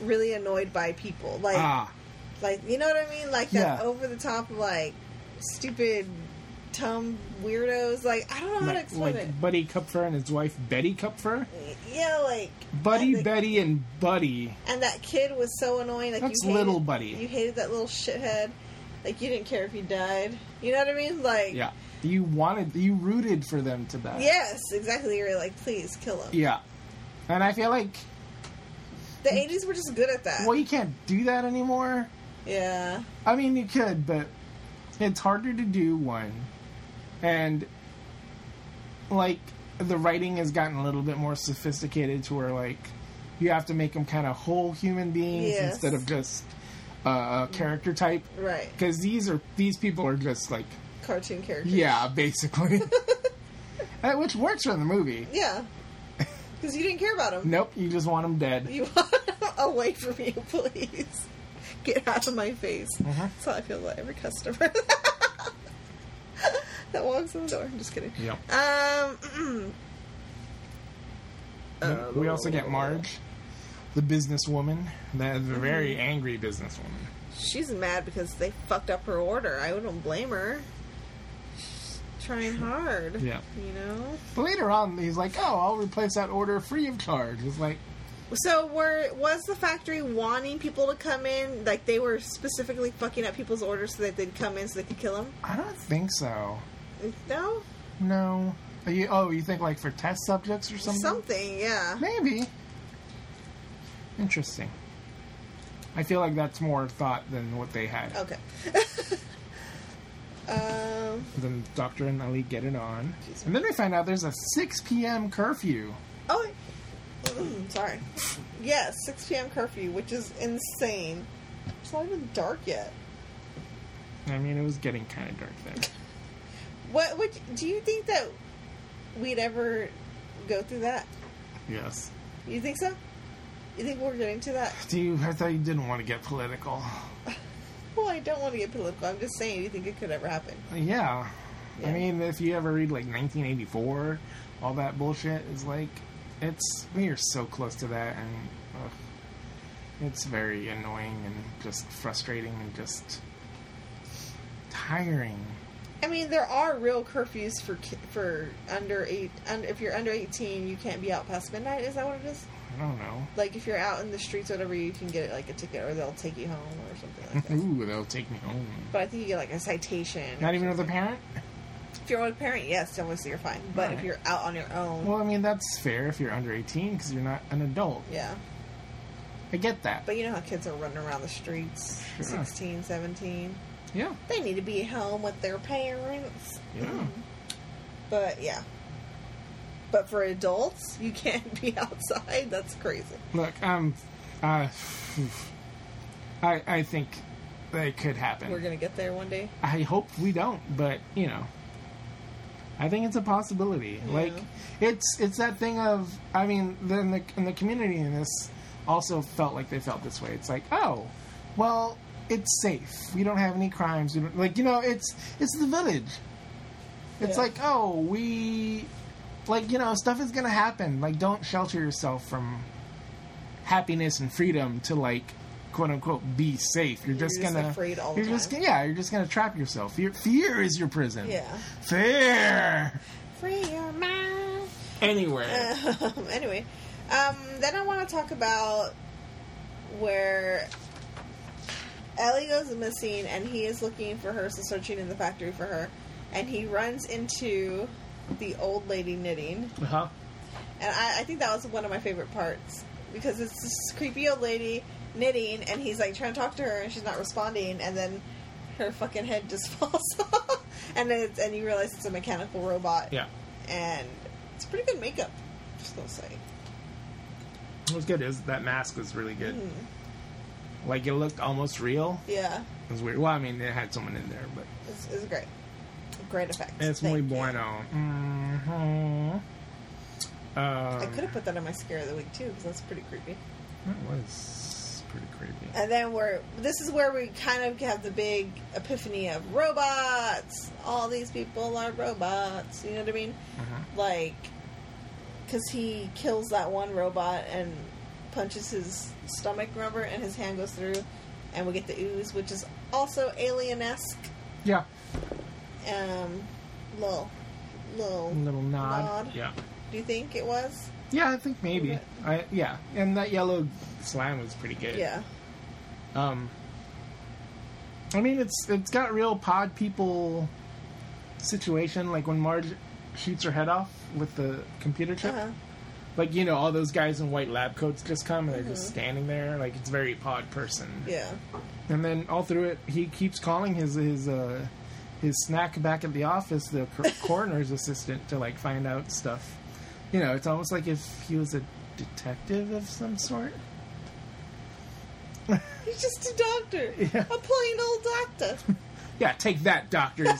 Speaker 3: really annoyed by people. Like,
Speaker 2: ah.
Speaker 3: like you know what I mean? Like, that
Speaker 2: Yeah.
Speaker 3: over the top, like, stupid tum weirdos. Like, I don't know how to
Speaker 2: Like,
Speaker 3: explain
Speaker 2: like Buddy Kupfer and his wife Betty Kupfer.
Speaker 3: it. Yeah, like.
Speaker 2: Buddy,
Speaker 3: like-
Speaker 2: Betty, and Buddy.
Speaker 3: And that kid was so annoying. Like
Speaker 2: That's
Speaker 3: you hated,
Speaker 2: little buddy.
Speaker 3: You hated that little shithead. Like you didn't care if he died. You know what I mean? Like
Speaker 2: Yeah. You wanted, you rooted for them to die.
Speaker 3: Yes, exactly. You're like, please kill him.
Speaker 2: Yeah. And I feel like,
Speaker 3: The '80s were just good at that.
Speaker 2: well, you can't do that anymore.
Speaker 3: yeah,
Speaker 2: I mean, you could, but it's harder to do one. And, like, the writing has gotten a little bit more sophisticated to where, like, you have to make them kind of whole human beings
Speaker 3: Yes.
Speaker 2: instead of just uh, a character type.
Speaker 3: right.
Speaker 2: Because these are these people are just like
Speaker 3: Cartoon characters.
Speaker 2: yeah, basically, Uh, which works for the movie.
Speaker 3: yeah. Because you didn't care about him.
Speaker 2: Nope, you just want them dead.
Speaker 3: You want him away from you, please. Get out of my face.
Speaker 2: Mm-hmm.
Speaker 3: That's how I feel about every customer that walks in the door. I'm just kidding.
Speaker 2: Yep.
Speaker 3: Um.
Speaker 2: we also get Marge, the businesswoman, that is a
Speaker 3: Mm-hmm.
Speaker 2: very angry businesswoman.
Speaker 3: She's mad because they fucked up her order. I wouldn't blame her. She's trying hard.
Speaker 2: Yeah.
Speaker 3: You know?
Speaker 2: But later on, he's like, "Oh, I'll replace that order free of charge." It's like,
Speaker 3: So were was the factory wanting people to come in? Like they were specifically fucking up people's orders so that they'd come in so they could kill them?
Speaker 2: I don't think so.
Speaker 3: No?
Speaker 2: No. Are you, oh, you think like for test subjects or something?
Speaker 3: Something, yeah.
Speaker 2: Maybe. Interesting. I feel like that's more thought than what they had.
Speaker 3: Okay. um
Speaker 2: Then Doctor and Ali get it on,
Speaker 3: Jesus.
Speaker 2: and then we find out there's a 6 p.m. curfew.
Speaker 3: oh Mm, sorry. Yes, six PM curfew, which is insane. It's not even dark yet.
Speaker 2: I mean, it was getting kind of dark then.
Speaker 3: What would do you think that we'd ever go through that?
Speaker 2: yes.
Speaker 3: You think so? You think we're getting to that?
Speaker 2: Do you? I thought you didn't want to get political.
Speaker 3: Well, I don't want to get political. I'm just saying. You think it could ever happen?
Speaker 2: Yeah. I
Speaker 3: Yeah.
Speaker 2: mean, if you ever read like 1984, all that bullshit is like, it's we are so close to that, and ugh, it's very annoying and just frustrating and just tiring.
Speaker 3: I mean, there are real curfews for ki- for under eight. Under, if you're under 18, you can't be out past midnight. Is that what it is?
Speaker 2: I don't know.
Speaker 3: Like if you're out in the streets, or whatever, you can get like a ticket, or they'll take you home, or something like that.
Speaker 2: Ooh, that'll take me home.
Speaker 3: But I think you get like a citation.
Speaker 2: Mm-hmm. Not even with a parent.
Speaker 3: If you're with a parent, yes, obviously you're fine. But if
Speaker 2: Right.
Speaker 3: you're out on your own,
Speaker 2: Well, I mean that's fair if you're under 18 because you're not an adult.
Speaker 3: yeah.
Speaker 2: I get that.
Speaker 3: But you know how kids are running around the streets,
Speaker 2: Sure.
Speaker 3: sixteen, seventeen. 16, 17.
Speaker 2: yeah,
Speaker 3: They need to be home with their parents.
Speaker 2: yeah.
Speaker 3: Mm-hmm. But yeah. But for adults, you can't be outside. That's crazy.
Speaker 2: Look, um, uh, I I think that it could happen.
Speaker 3: We're gonna get there one day.
Speaker 2: I hope we don't, but you know, I think it's a possibility. Like it's it's that thing of I mean, then the in the community in this also felt like they felt this way. It's like oh, well, it's safe. We don't have any crimes. We don't, like you know, it's it's the village. It's
Speaker 3: Yeah.
Speaker 2: like oh, we like you know stuff is gonna happen. Like don't shelter yourself from happiness and freedom to like quote unquote be safe. You're just,
Speaker 3: You're just
Speaker 2: gonna
Speaker 3: afraid all the
Speaker 2: you're just
Speaker 3: time.
Speaker 2: yeah, you're just gonna trap yourself. Fear, fear is your prison.
Speaker 3: Yeah.
Speaker 2: Fear.
Speaker 3: Free your mind.
Speaker 2: Anyway,
Speaker 3: Um, anyway, um, then I want to talk about where Ellie goes missing and he is looking for her, so searching in the factory for her, and he runs into the old lady knitting,
Speaker 2: uh-huh.
Speaker 3: and I, I think that was one of my favorite parts because it's this creepy old lady knitting, and he's like trying to talk to her, and she's not responding, and then her fucking head just falls off, and then it's, and you realize it's a mechanical robot
Speaker 2: yeah,
Speaker 3: and it's pretty good makeup. Just gonna say,
Speaker 2: it was good. It was, that mask was really good.
Speaker 3: Mm.
Speaker 2: Like it looked almost real.
Speaker 3: Mm-hmm. yeah,
Speaker 2: It was weird. Well, I mean, it had someone in there, but
Speaker 3: it's, it's great, great effect.
Speaker 2: it's
Speaker 3: Thank
Speaker 2: muy
Speaker 3: you.
Speaker 2: bueno. Uh, hmm
Speaker 3: I could have put that on my scare of the week too because that's pretty creepy.
Speaker 2: That was pretty creepy.
Speaker 3: And then we're this is where we kind of have the big epiphany of robots. All these people are robots. You know what I mean?
Speaker 2: Uh-huh.
Speaker 3: Like, because he kills that one robot and punches his stomach, remember, and his hand goes through, and we get the ooze, which is also alien esque.
Speaker 2: Yeah,
Speaker 3: um, little, little,
Speaker 2: little nod. Yeah,
Speaker 3: Do you think it was?
Speaker 2: yeah, I think maybe.
Speaker 3: Little
Speaker 2: I yeah, and that yellow slime was pretty good.
Speaker 3: Yeah.
Speaker 2: Um, I mean, it's it's got real pod people situation. Like when Marge shoots her head off with the computer chip.
Speaker 3: Uh-huh.
Speaker 2: Like you know, all those guys in white lab coats just come and they're just standing there. Like it's very pod person.
Speaker 3: Mm-hmm. Yeah.
Speaker 2: And then all through it, he keeps calling his his uh, his snack back at the office, the cor- coroner's assistant, to like find out stuff. You know, it's almost like if he was a detective of some sort.
Speaker 3: He's just a doctor.
Speaker 2: Yeah.
Speaker 3: A plain old doctor.
Speaker 2: Yeah, take that, doctors.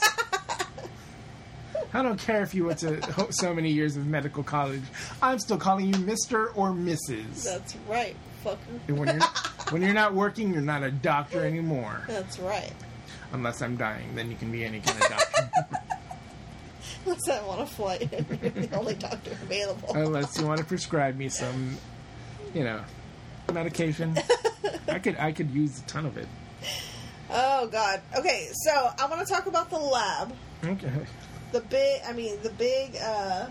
Speaker 2: I don't care if you went to ho- so many years of medical college. I'm still calling you Mister or Mrs.
Speaker 3: That's right, fucker.
Speaker 2: And when you're when you're not working, you're not a doctor anymore.
Speaker 3: That's right.
Speaker 2: Unless I'm dying, then you can be any kind of doctor.
Speaker 3: Unless I want to fly in, you're the only doctor available.
Speaker 2: unless you want to prescribe me some, you know, medication. I could I could use a ton of it.
Speaker 3: oh God. Okay, so I want to talk about the lab.
Speaker 2: Okay.
Speaker 3: The big, I mean, the big, uh,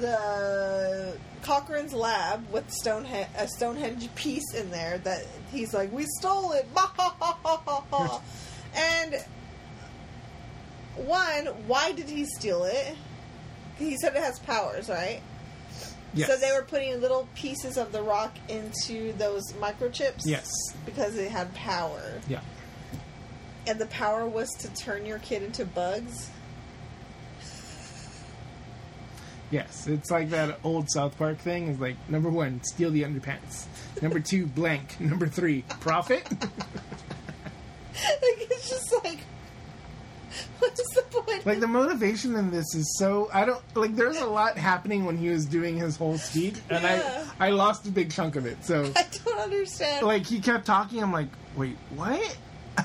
Speaker 3: the Cochrane's lab with Stonehe- a Stonehenge piece in there that he's like, we stole it, Ma ha ha ha ha ha. and one, why did he steal it? He said it has powers, right?
Speaker 2: Yes.
Speaker 3: So they were putting little pieces of the rock into those microchips.
Speaker 2: Yes.
Speaker 3: Because it had power,
Speaker 2: Yeah.
Speaker 3: and the power was to turn your kid into bugs.
Speaker 2: Yes. It's like that old South Park thing. Is like number one, steal the underpants. Number two, blank. Number three, profit.
Speaker 3: like it's just like what is the point
Speaker 2: Like the motivation in this is so I don't like. There's a lot happening when he was doing his whole speech, and
Speaker 3: Yeah.
Speaker 2: I I lost a big chunk of it. So
Speaker 3: i don't understand
Speaker 2: like he kept talking. I'm like, wait, what?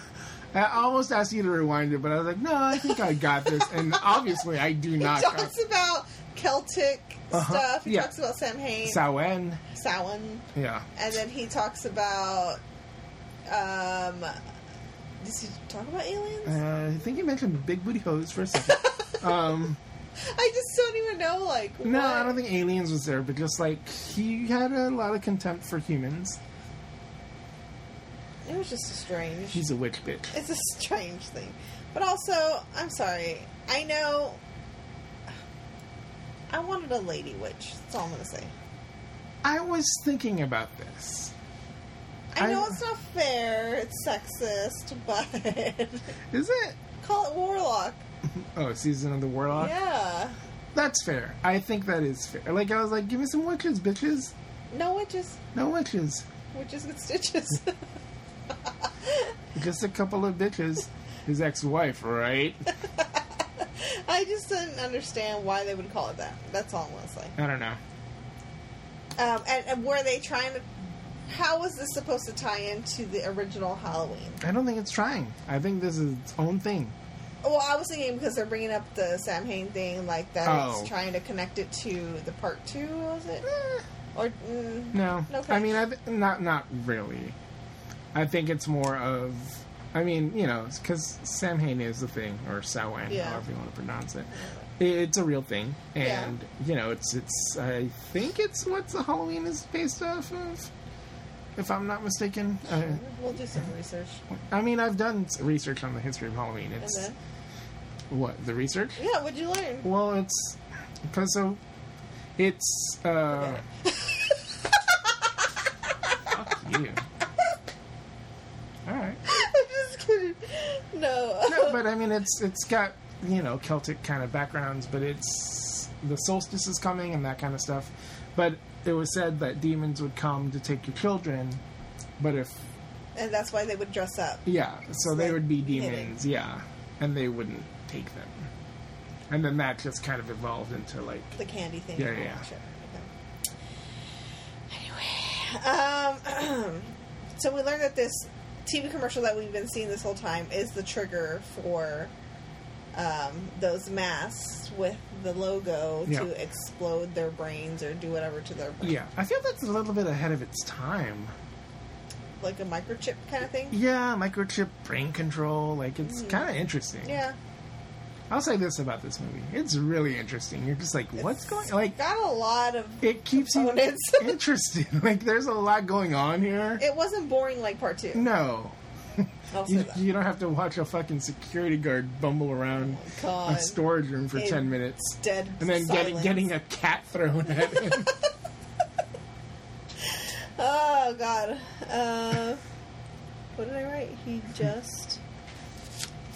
Speaker 2: I almost asked you to rewind it, but I was like, no, I think I got this. And obviously, I do
Speaker 3: he
Speaker 2: not. got
Speaker 3: talks about celtic
Speaker 2: Uh-huh,
Speaker 3: stuff he
Speaker 2: yeah.
Speaker 3: talks about sam Hain,
Speaker 2: Samhain.
Speaker 3: Samhain,
Speaker 2: Yeah.
Speaker 3: and then he talks about um does he talk about aliens
Speaker 2: Uh, I think you mentioned Big Booty Hose for a second. um,
Speaker 3: i just don't even know like
Speaker 2: no,
Speaker 3: what-
Speaker 2: I don't think aliens was there, but just like he had a lot of contempt for humans.
Speaker 3: it was just a strange
Speaker 2: He's a witch bitch.
Speaker 3: it's a strange thing. But also, I'm sorry. I know. I wanted a lady witch. That's all I'm gonna say.
Speaker 2: I was thinking about this.
Speaker 3: I
Speaker 2: I-
Speaker 3: know it's not fair. It's sexist, but
Speaker 2: Is it?
Speaker 3: call it warlock.
Speaker 2: Oh, Season of the Warlock?
Speaker 3: Yeah.
Speaker 2: That's fair. I think that is fair. Like, I was like, give me some witches, bitches.
Speaker 3: No witches.
Speaker 2: No witches.
Speaker 3: Witches with stitches.
Speaker 2: Just a couple of bitches. His ex-wife, right?
Speaker 3: I just didn't understand why they would call it that. That's all I'm gonna say.
Speaker 2: I don't know.
Speaker 3: Um, and, and were they trying to? How was this supposed to tie into the original Halloween?
Speaker 2: I don't think it's trying. I think this is its own thing.
Speaker 3: Well, I was thinking because they're bringing up the Sam Hain thing, like that
Speaker 2: Oh.
Speaker 3: it's trying to connect it to the part two, was it?
Speaker 2: Eh,
Speaker 3: Or mm,
Speaker 2: No,
Speaker 3: No
Speaker 2: I mean, I th- not not really. I think it's more of, I mean, you know, because Samhain is the thing, or Samhain,
Speaker 3: Yeah.
Speaker 2: however you want to pronounce it. I- It's a real thing,
Speaker 3: Yeah.
Speaker 2: and you know, it's it's. I think it's what the Halloween is based off of, if I'm not mistaken. Uh,
Speaker 3: we'll do some research.
Speaker 2: I mean, I've done s- research on the history of Halloween.
Speaker 3: And
Speaker 2: It's
Speaker 3: then,
Speaker 2: what the research.
Speaker 3: yeah, what'd you learn?
Speaker 2: Well, it's because so it's uh. fuck you. All right.
Speaker 3: I'm just kidding. No.
Speaker 2: No, but I mean, it's it's got you know Celtic kind of backgrounds, but it's the solstice is coming and that kind of stuff. But it was said that demons would come to take your children, but if
Speaker 3: and that's why they would dress up.
Speaker 2: yeah, so they
Speaker 3: Like
Speaker 2: would be
Speaker 3: hitting.
Speaker 2: demons, yeah, and they wouldn't take them. And then that just kind of evolved into like
Speaker 3: The candy thing.
Speaker 2: Yeah, yeah, yeah.
Speaker 3: Sure. Okay. Anyway. Um, so we learned that this TV commercial that we've been seeing this whole time is the trigger for um, those masks with the logo
Speaker 2: Yeah.
Speaker 3: to explode their brains or do whatever to their brain.
Speaker 2: yeah. I feel that's a little bit ahead of its time.
Speaker 3: Like a microchip kind of thing.
Speaker 2: Yeah, microchip brain control, like it's kind of interesting.
Speaker 3: Hmm. Yeah.
Speaker 2: I'll say this about this movie: it's really interesting. You're just like, what's going? Like,
Speaker 3: Got a lot of.
Speaker 2: it keeps you
Speaker 3: components.
Speaker 2: interested. Like, there's a lot going on here.
Speaker 3: It wasn't boring like part two.
Speaker 2: no,
Speaker 3: I'll say
Speaker 2: you,
Speaker 3: that.
Speaker 2: you don't have to watch a fucking security guard bumble around
Speaker 3: Oh, God.
Speaker 2: a storage room for
Speaker 3: It-
Speaker 2: ten minutes
Speaker 3: Dead.
Speaker 2: and then getting
Speaker 3: silence.
Speaker 2: getting a cat thrown at him.
Speaker 3: Oh God. Uh, what did I write? He just.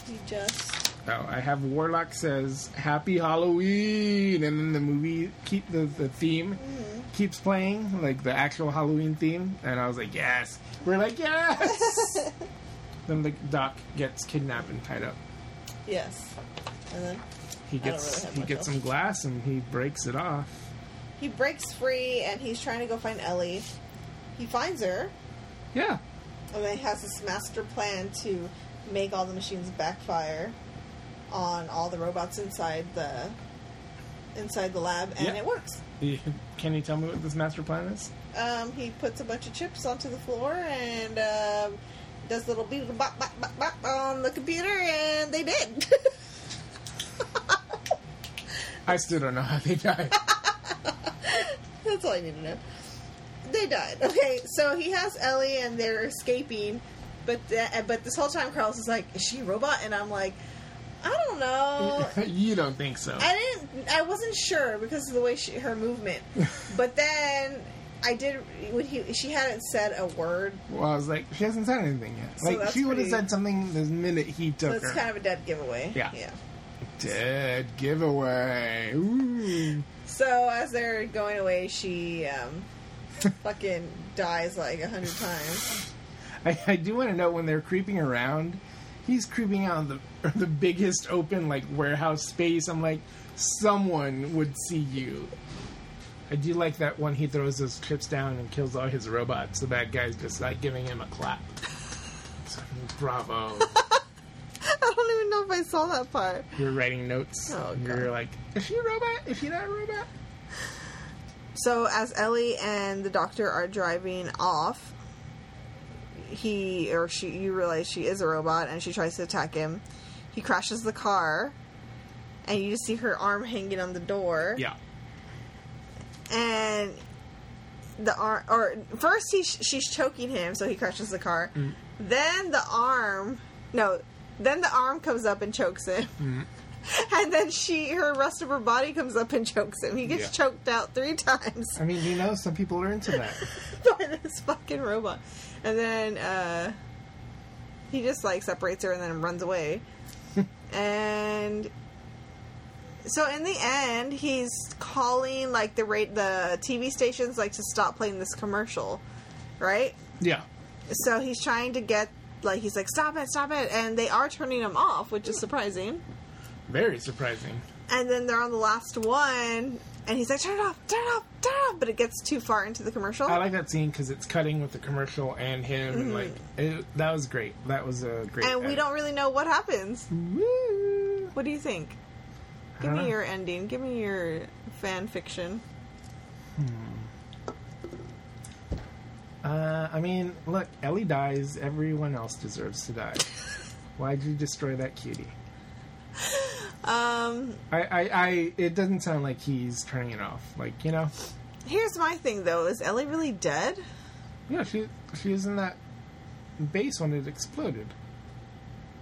Speaker 3: He just.
Speaker 2: oh, I have Warlock says "Happy Halloween," and then the movie keep the the theme
Speaker 3: Mm-hmm.
Speaker 2: keeps playing, like the actual Halloween theme, and I was like, "Yes!" We're like, "Yes!" then the doc gets kidnapped and tied up.
Speaker 3: Yes. And then
Speaker 2: He
Speaker 3: don't
Speaker 2: gets
Speaker 3: really have
Speaker 2: he
Speaker 3: much
Speaker 2: gets
Speaker 3: else.
Speaker 2: some glass and he breaks it off.
Speaker 3: he breaks free and he's trying to go find Ellie. He finds her
Speaker 2: Yeah,
Speaker 3: and then he has this master plan to make all the machines backfire on all the robots inside the inside the lab and
Speaker 2: Yeah.
Speaker 3: it works.
Speaker 2: He- can you tell me what this master plan is?
Speaker 3: Um, he puts a bunch of chips onto the floor and um, does little beep bop bop bop bop on the computer, and they did.
Speaker 2: I still don't know how they died.
Speaker 3: That's all I need to know. They died. Okay, so he has Ellie, and they're escaping, but th- but this whole time Carlos is like, "Is she a robot?" And I'm like, "I don't know."
Speaker 2: you don't think so?
Speaker 3: Oh. I didn't. I wasn't sure because of the way she, her movement. But then I did when he she hadn't said a word.
Speaker 2: Well, I was like, she hasn't said anything yet.
Speaker 3: So
Speaker 2: Like
Speaker 3: that's
Speaker 2: she would have
Speaker 3: pretty-
Speaker 2: said something the minute he
Speaker 3: So
Speaker 2: took her.
Speaker 3: it's kind of a dead giveaway.
Speaker 2: Yeah.
Speaker 3: Yeah.
Speaker 2: Dead giveaway. Ooh.
Speaker 3: So as they're going away, she um, fucking dies like a hundred times.
Speaker 2: I, I do want to know when they're creeping around. He's creeping out of the the biggest open like warehouse space. I'm like, someone would see you. I do like that one. He throws those chips down and kills all his robots. The bad guy's just like giving him a clap. So, Bravo!
Speaker 3: I don't even know if I saw that part.
Speaker 2: You're writing notes.
Speaker 3: Oh,
Speaker 2: You're
Speaker 3: God.
Speaker 2: like, is she a robot? Is she not a robot?
Speaker 3: So as Ellie and the doctor are driving off, he or she you realize she is a robot and she tries to attack him. He crashes the car and you just see her arm hanging on the door.
Speaker 2: Yeah.
Speaker 3: and the arm or first he sh- she's choking him so he crashes the car then the arm no then the arm comes up and chokes him and then she her rest of her body comes up and chokes him he gets
Speaker 2: Yeah.
Speaker 3: choked out three times
Speaker 2: I mean, you know, some people are into that.
Speaker 3: by this fucking robot and then uh he just like separates her and then runs away and so in the end, he's calling like the rate the TV stations like to stop playing this commercial, right?
Speaker 2: yeah.
Speaker 3: So he's trying to get like he's like stop it, stop it, and they are turning him off, which is surprising.
Speaker 2: Very surprising.
Speaker 3: And then they're on the last one, and he's like turn it off, turn it off, turn it off, but it gets too far into the commercial.
Speaker 2: I like that scene because it's cutting with the commercial and him, and like it, that was great. That was a great.
Speaker 3: Mm-hmm. and we
Speaker 2: edit.
Speaker 3: don't really know what happens.
Speaker 2: Woo.
Speaker 3: What do you think?
Speaker 2: I
Speaker 3: Give
Speaker 2: don't
Speaker 3: me
Speaker 2: know.
Speaker 3: your ending. Give me your fan fiction.
Speaker 2: Uh, I mean, look, Ellie dies. Everyone else deserves to die. Why'd you destroy that cutie?
Speaker 3: Um,
Speaker 2: I, I, I, it doesn't sound like he's turning it off. Like you know,
Speaker 3: here's my thing though: is Ellie really dead?
Speaker 2: yeah, she, she was in that base when it exploded.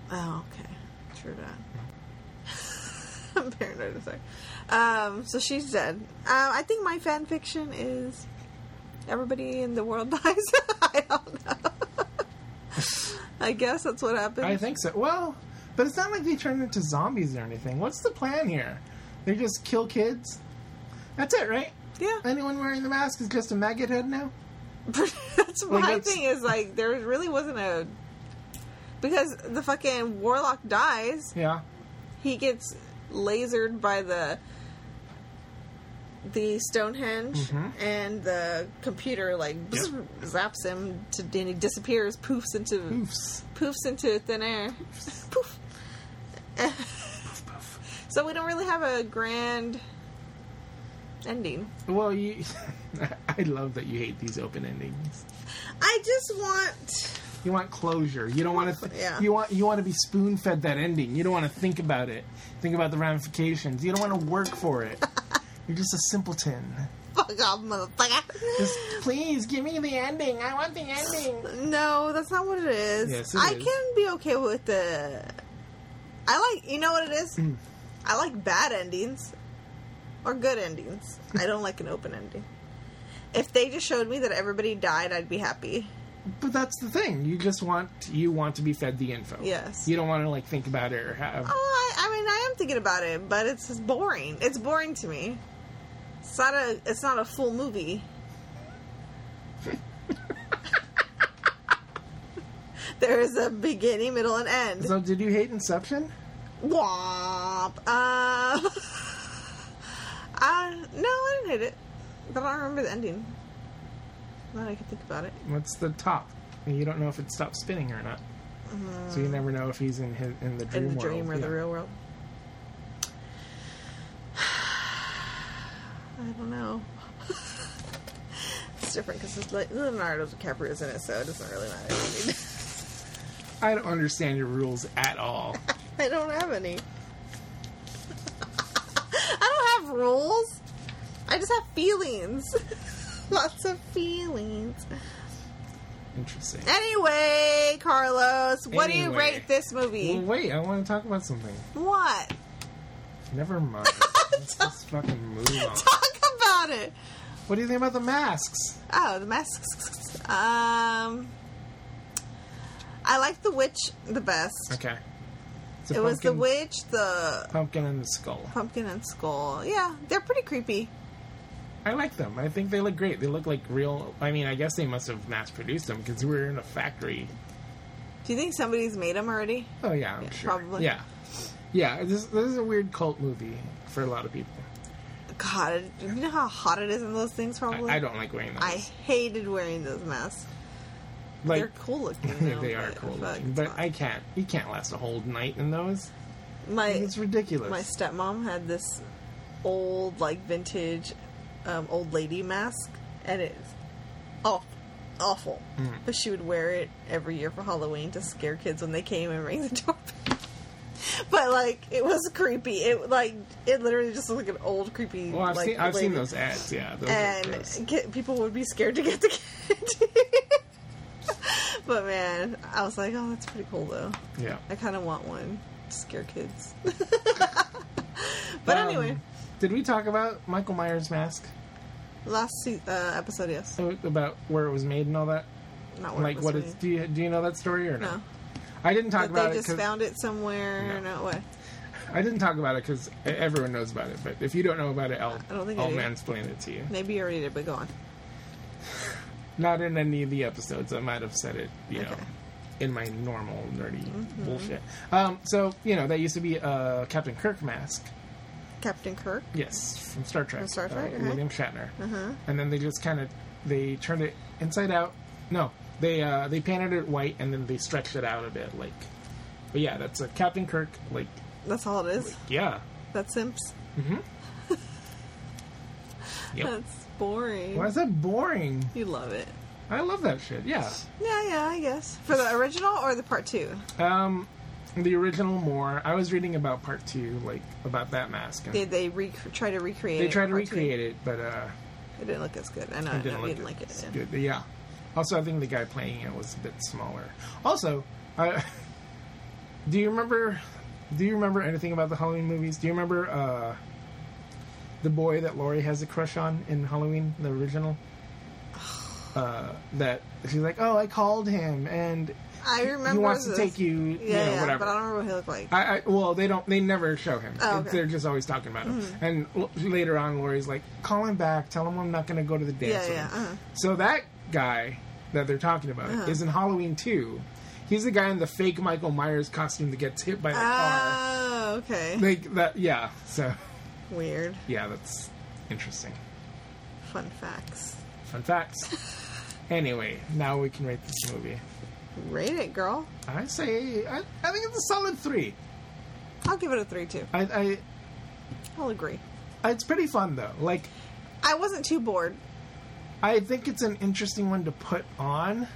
Speaker 3: Oh, okay. True that. I'm paranoid. I'm sorry. Um, so she's dead. Um, I think my fan fiction is everybody in the world dies. I don't know. I guess that's what happens.
Speaker 2: I think so. Well, but it's not like they turned into zombies or anything. What's the plan here? They just kill kids. That's it, right?
Speaker 3: yeah.
Speaker 2: Anyone wearing the mask is just a maggot head now.
Speaker 3: that's my
Speaker 2: Like, that's-
Speaker 3: thing is like there really wasn't a because the fucking warlock dies
Speaker 2: Yeah.
Speaker 3: he gets lasered by the the Stonehenge and the computer like zaps him to and he disappears, poofs into
Speaker 2: Oofs.
Speaker 3: poofs into thin air. Poof. so we don't really have a grand ending.
Speaker 2: Well, you. I love that you hate these open endings.
Speaker 3: I just want
Speaker 2: You want closure. You don't want to. Th-
Speaker 3: Yeah.
Speaker 2: You want you want to be spoon fed that ending. You don't want to think about it. Think about the ramifications. You don't want to work for it. You're just a simpleton.
Speaker 3: fuck off motherfucker.
Speaker 2: Just please give me the ending. I want the ending.
Speaker 3: No, that's not what it is.
Speaker 2: Yes, it
Speaker 3: I
Speaker 2: is.
Speaker 3: can be okay with the. I like you know what it is.
Speaker 2: Mm.
Speaker 3: I like bad endings or good endings. I don't like an open ending. If they just showed me that everybody died, I'd be happy.
Speaker 2: But that's the thing. You just want you want to be fed the info.
Speaker 3: Yes.
Speaker 2: You don't want to like think about it or have.
Speaker 3: Oh, I, I mean, I am thinking about it, but it's just boring. It's boring to me. It's not a. It's not a full movie. there is a beginning, middle, and end.
Speaker 2: So did you hate Inception?
Speaker 3: Womp. Uh, uh, no, I didn't hate it. But I don't remember the ending. Now that I can think about it.
Speaker 2: What's the top? You don't know if it stopped spinning or not. So you never know if he's in his, in the dream
Speaker 3: In
Speaker 2: world.
Speaker 3: the dream or the
Speaker 2: Yeah.
Speaker 3: real world. I don't know. it's different because it's like Leonardo DiCaprio's in it, so it doesn't really matter.
Speaker 2: I don't understand your rules at all.
Speaker 3: I don't have any. I don't have rules. I just have feelings. Lots of feelings.
Speaker 2: Interesting.
Speaker 3: Anyway, Carlos, what do you
Speaker 2: Anyway.
Speaker 3: rate this
Speaker 2: Well,
Speaker 3: movie?
Speaker 2: wait, I want to talk about something.
Speaker 3: What?
Speaker 2: Never mind. Let's just fucking move on.
Speaker 3: Talk about it.
Speaker 2: What do you think about the masks?
Speaker 3: Oh, the masks. Um, I like the witch the best.
Speaker 2: Okay. It's a
Speaker 3: It was the
Speaker 2: pumpkin-
Speaker 3: witch, the
Speaker 2: Pumpkin and the skull.
Speaker 3: pumpkin, and skull. Yeah, they're pretty creepy.
Speaker 2: I like them. I think they look great. They look like real. I mean, I guess they must have mass produced them because we're in a factory.
Speaker 3: Do you think somebody's made them already?
Speaker 2: Oh yeah, I'm
Speaker 3: Yeah,
Speaker 2: sure.
Speaker 3: probably.
Speaker 2: Yeah, yeah. This, this is a weird cult movie for a lot of people.
Speaker 3: God, you know how hot it is in those things.
Speaker 2: I,
Speaker 3: Probably.
Speaker 2: I don't like wearing those.
Speaker 3: I hated wearing those masks.
Speaker 2: like
Speaker 3: they're cool looking. though,
Speaker 2: they are
Speaker 3: but
Speaker 2: cool,
Speaker 3: fuck,
Speaker 2: looking, but
Speaker 3: fuck.
Speaker 2: I can't. You can't last a whole night in those.
Speaker 3: my
Speaker 2: It's ridiculous.
Speaker 3: my stepmom had this old like vintage um, old lady mask and it's awful, awful.
Speaker 2: Mm.
Speaker 3: but she would wear it every year for halloween to scare kids when they came and rang the doorbell but like it was creepy it like it literally just looked like an old creepy
Speaker 2: well, I've
Speaker 3: like,
Speaker 2: seen I've seen
Speaker 3: lady.
Speaker 2: those ads. Yeah, those are gross.
Speaker 3: and get, people would be scared to get the candy but man i was like oh that's pretty cool though
Speaker 2: Yeah.
Speaker 3: I kind of want one to scare kids. but
Speaker 2: Um,
Speaker 3: anyway,
Speaker 2: did we talk about Michael Myers' mask?
Speaker 3: last se- uh, episode, yes.
Speaker 2: Oh, About where it was made and all that?
Speaker 3: Not where
Speaker 2: Like,
Speaker 3: was
Speaker 2: what
Speaker 3: made.
Speaker 2: it's. Do you, do you know that story or no?
Speaker 3: No.
Speaker 2: I didn't talk
Speaker 3: But
Speaker 2: about
Speaker 3: they
Speaker 2: it.
Speaker 3: just
Speaker 2: 'cause-
Speaker 3: found it somewhere. No. way.
Speaker 2: I didn't talk about it because everyone knows about it. But if you don't know about it, I'll,
Speaker 3: I don't think I
Speaker 2: I'll
Speaker 3: do.
Speaker 2: mansplain it to you.
Speaker 3: Maybe you already did, but go on.
Speaker 2: Not in any of the episodes. I might have said it, you know,
Speaker 3: Okay. Mm-hmm.
Speaker 2: in my normal nerdy bullshit. Um, so, you know, that used to be a Captain Kirk mask.
Speaker 3: Captain Kirk.
Speaker 2: Yes, from Star Trek.
Speaker 3: From Star Trek,
Speaker 2: uh,
Speaker 3: uh-huh.
Speaker 2: William Shatner. And then they just kind of they turned it inside out. No, they uh, they painted it white and then they stretched it out a bit. Like, but yeah, that's a Captain Kirk. Like,
Speaker 3: That's all it is.
Speaker 2: yeah,
Speaker 3: That's Simps.
Speaker 2: yep.
Speaker 3: That's boring.
Speaker 2: Why is that boring?
Speaker 3: You love it.
Speaker 2: I love that shit. Yeah.
Speaker 3: Yeah, yeah, I guess. For the original or the part two?
Speaker 2: Um, the original more. I was reading about part two, like about that mask. And
Speaker 3: Did they re- try to recreate
Speaker 2: they
Speaker 3: it
Speaker 2: tried to
Speaker 3: in part two?
Speaker 2: recreate it, but uh,
Speaker 3: It didn't look as good. I know. I
Speaker 2: it didn't
Speaker 3: know,
Speaker 2: look
Speaker 3: you didn't like it.
Speaker 2: as
Speaker 3: yeah.
Speaker 2: good. But yeah. Also, I think the guy playing it was a bit smaller. Also, I, do you remember? Do you remember anything about the Halloween movies? Do you remember uh, the boy that Laurie has a crush on in Halloween, the original? Uh, that she's like, oh, I called him, and
Speaker 3: I remember.
Speaker 2: he wants to
Speaker 3: this.
Speaker 2: take you, you
Speaker 3: Yeah,
Speaker 2: know,
Speaker 3: yeah,
Speaker 2: whatever.
Speaker 3: but I don't remember what he looked like.
Speaker 2: I, I well, they don't. They never show him.
Speaker 3: Oh, okay. Hmm.
Speaker 2: They're just always talking about him. And l- later on, Lori's like, "Call him back. Tell him I'm not going to go to the dance." with
Speaker 3: Yeah, yeah,
Speaker 2: him."
Speaker 3: uh-huh.
Speaker 2: So that guy that they're talking about is in Halloween two. He's the guy in the fake Michael Myers costume that gets hit by the car.
Speaker 3: oh, okay.
Speaker 2: Like that. Yeah. So
Speaker 3: Weird.
Speaker 2: yeah, that's interesting.
Speaker 3: Fun facts.
Speaker 2: Fun facts. anyway, now we can rate this movie.
Speaker 3: Rate it, girl.
Speaker 2: I say I, I think it's a solid three.
Speaker 3: I'll give it a three too.
Speaker 2: I,
Speaker 3: I'll agree.
Speaker 2: I it's pretty fun though. Like
Speaker 3: I wasn't too bored.
Speaker 2: I think it's an interesting one to put on.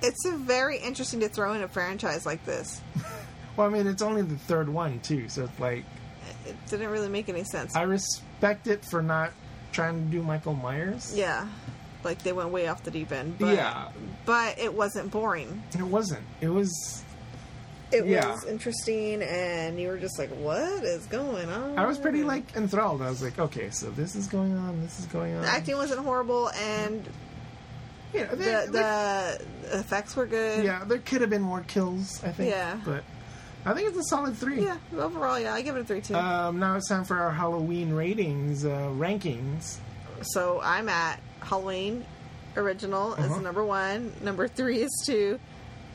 Speaker 3: It's a very interesting to throw in a franchise like this.
Speaker 2: Well, I mean, it's only the third one too, so it's like
Speaker 3: It didn't really make any sense.
Speaker 2: I respect it for not trying to do Michael Myers.
Speaker 3: yeah, like they went way off the deep end. But,
Speaker 2: Yeah.
Speaker 3: but it wasn't boring.
Speaker 2: It wasn't. It was.
Speaker 3: It
Speaker 2: Yeah.
Speaker 3: was interesting, and you were just like, "What is going on?"
Speaker 2: I was pretty like enthralled. I was like, okay, so this is going on. This is going on.
Speaker 3: The acting wasn't horrible, and
Speaker 2: You know, there,
Speaker 3: the,
Speaker 2: there-
Speaker 3: the effects were good.
Speaker 2: yeah, there could have been more kills. I think.
Speaker 3: Yeah.
Speaker 2: But I think it's a solid three.
Speaker 3: Yeah, Overall, yeah, I give it a three two.
Speaker 2: Um, now it's time for our Halloween ratings uh, rankings.
Speaker 3: so I'm at Halloween original
Speaker 2: Uh-huh.
Speaker 3: is number one. Number three is two.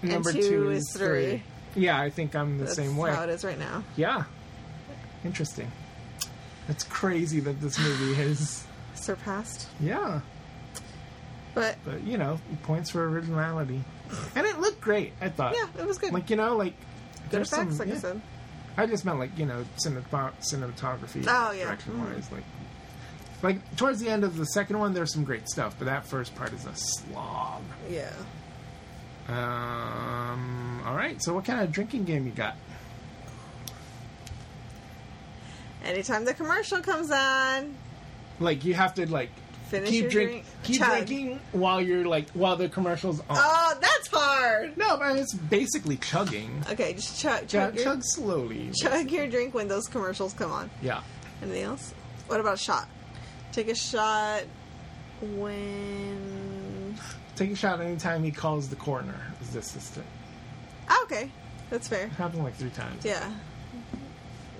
Speaker 2: Number
Speaker 3: two is three.
Speaker 2: Yeah, I think I'm the
Speaker 3: That's
Speaker 2: same way.
Speaker 3: how it is right now.
Speaker 2: Yeah. Interesting. It's crazy that this movie has.
Speaker 3: Surpassed,
Speaker 2: Yeah.
Speaker 3: but
Speaker 2: But, you know, points for originality. And it looked great, I thought.
Speaker 3: yeah, it was good.
Speaker 2: Like, you know, like.
Speaker 3: good
Speaker 2: there's some-
Speaker 3: effects, like I
Speaker 2: yeah.
Speaker 3: said.
Speaker 2: I just meant, like, you know, cinematography, cinematography
Speaker 3: Oh, yeah.
Speaker 2: direction wise. Like, like, towards the end of the second one, there's some great stuff, but that first part is a slog.
Speaker 3: Yeah.
Speaker 2: Um, all right, so what kind of drinking game you got?
Speaker 3: Anytime the commercial comes on,
Speaker 2: Like, you have to, like,
Speaker 3: Finish
Speaker 2: keep
Speaker 3: your drink.
Speaker 2: keep
Speaker 3: Chug.
Speaker 2: drinking while you're, like, while the commercial's on.
Speaker 3: oh, that's hard.
Speaker 2: No, but it's basically chugging.
Speaker 3: Okay, just chug,
Speaker 2: Yeah,
Speaker 3: chug, your,
Speaker 2: chug slowly.
Speaker 3: chug your drink when those commercials come on.
Speaker 2: Yeah.
Speaker 3: Anything else? What about a shot? Take a shot when.
Speaker 2: Take a shot anytime he calls the coroner, his assistant.
Speaker 3: Ah, okay, that's fair.
Speaker 2: Happened like three times.
Speaker 3: Yeah.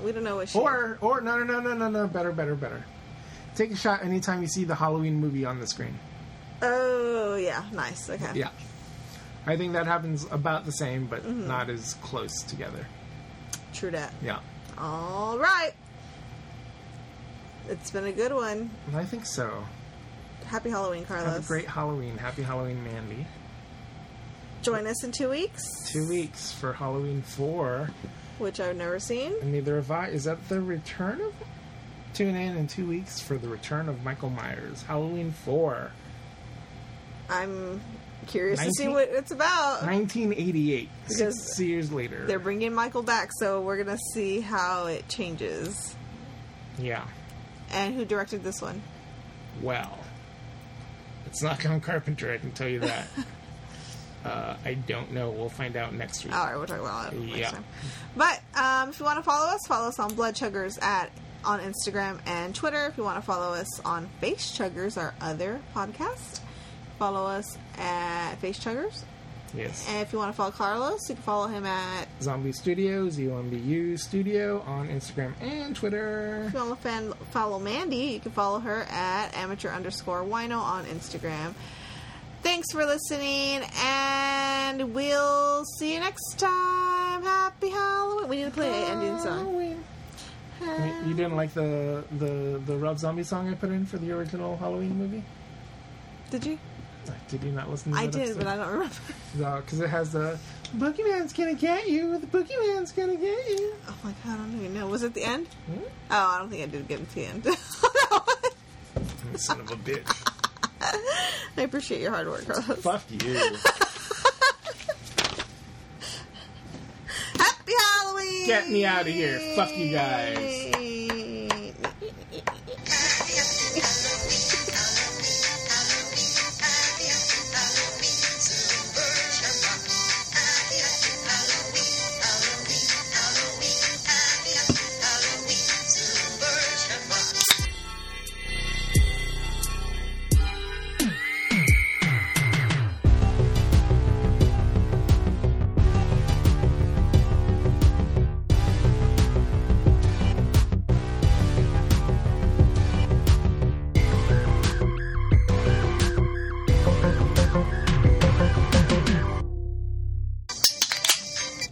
Speaker 3: We don't know what she.
Speaker 2: Or, or, no, no, no, no, no, no, better, better, better. Take a shot anytime you see the Halloween movie on the screen.
Speaker 3: Oh yeah, nice. Okay.
Speaker 2: Yeah. I think that happens about the same, but
Speaker 3: Mm-hmm.
Speaker 2: not as close together.
Speaker 3: True that.
Speaker 2: Yeah.
Speaker 3: All right. It's been a good one.
Speaker 2: And I think so.
Speaker 3: Happy Halloween, Carlos.
Speaker 2: Have a great Halloween. Happy Halloween, Mandy.
Speaker 3: Join us in two weeks,
Speaker 2: Two weeks for Halloween 4.
Speaker 3: which I've never seen.
Speaker 2: And neither have I. Is that the return of? Tune in in two weeks for the return of Michael Myers, Halloween 4,
Speaker 3: I'm curious to see
Speaker 2: Nineteen-
Speaker 3: what it's about.
Speaker 2: 1988.
Speaker 3: Oh. Because
Speaker 2: Six years later.
Speaker 3: They're bringing Michael back, so we're gonna see how it changes.
Speaker 2: Yeah.
Speaker 3: And who directed this one?
Speaker 2: Well, it's not John Carpenter, I can tell you that. uh, I don't know. We'll find out next week.
Speaker 3: All right, we'll talk about it next
Speaker 2: Yeah.
Speaker 3: time. But um, if you want to follow us, follow us on Blood Chuggers at on Instagram and Twitter. If you want to follow us on Face Chuggers, our other podcast, follow us at Face Chuggers.
Speaker 2: yes.
Speaker 3: And if you want to follow Carlos, you can follow him at.
Speaker 2: Zombie Studio, ZOMBU Studio on Instagram and Twitter.
Speaker 3: If you want to fan, follow Mandy, you can follow her at amateur underscore wino on Instagram. Thanks for listening, and we'll see you next time. Happy Halloween! We need to play an ending song.
Speaker 2: Halloween. You you didn't like the, the, the Rob Zombie song I put in for the original Halloween movie?
Speaker 3: Did you?
Speaker 2: Did you not listen to
Speaker 3: I
Speaker 2: that
Speaker 3: did,
Speaker 2: episode?
Speaker 3: but I don't remember.
Speaker 2: No, because it has the Boogeyman's gonna get you. The Boogeyman's gonna get you.
Speaker 3: Oh my god, I don't even know. Was it the end?
Speaker 2: Hmm?
Speaker 3: Oh, I don't think I did get it to the end.
Speaker 2: Son of a bitch.
Speaker 3: I appreciate your hard work, Carlos.
Speaker 2: Fuck you.
Speaker 3: Happy Halloween!
Speaker 2: Get me outta here. Fuck you guys.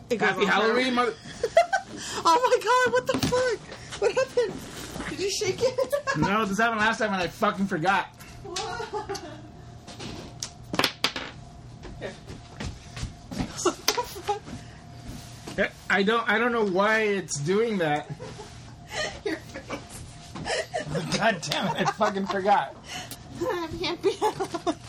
Speaker 3: It goes
Speaker 2: Happy
Speaker 3: on forever.
Speaker 2: Halloween, mother.
Speaker 3: Oh my god, what the fuck? What happened? Did you shake it?
Speaker 2: No, this happened last time and I fucking forgot. Eh, I don't. I don't know why it's doing that.
Speaker 3: Your face.
Speaker 2: God damn it! I fucking forgot.
Speaker 3: Happy, happy Halloween.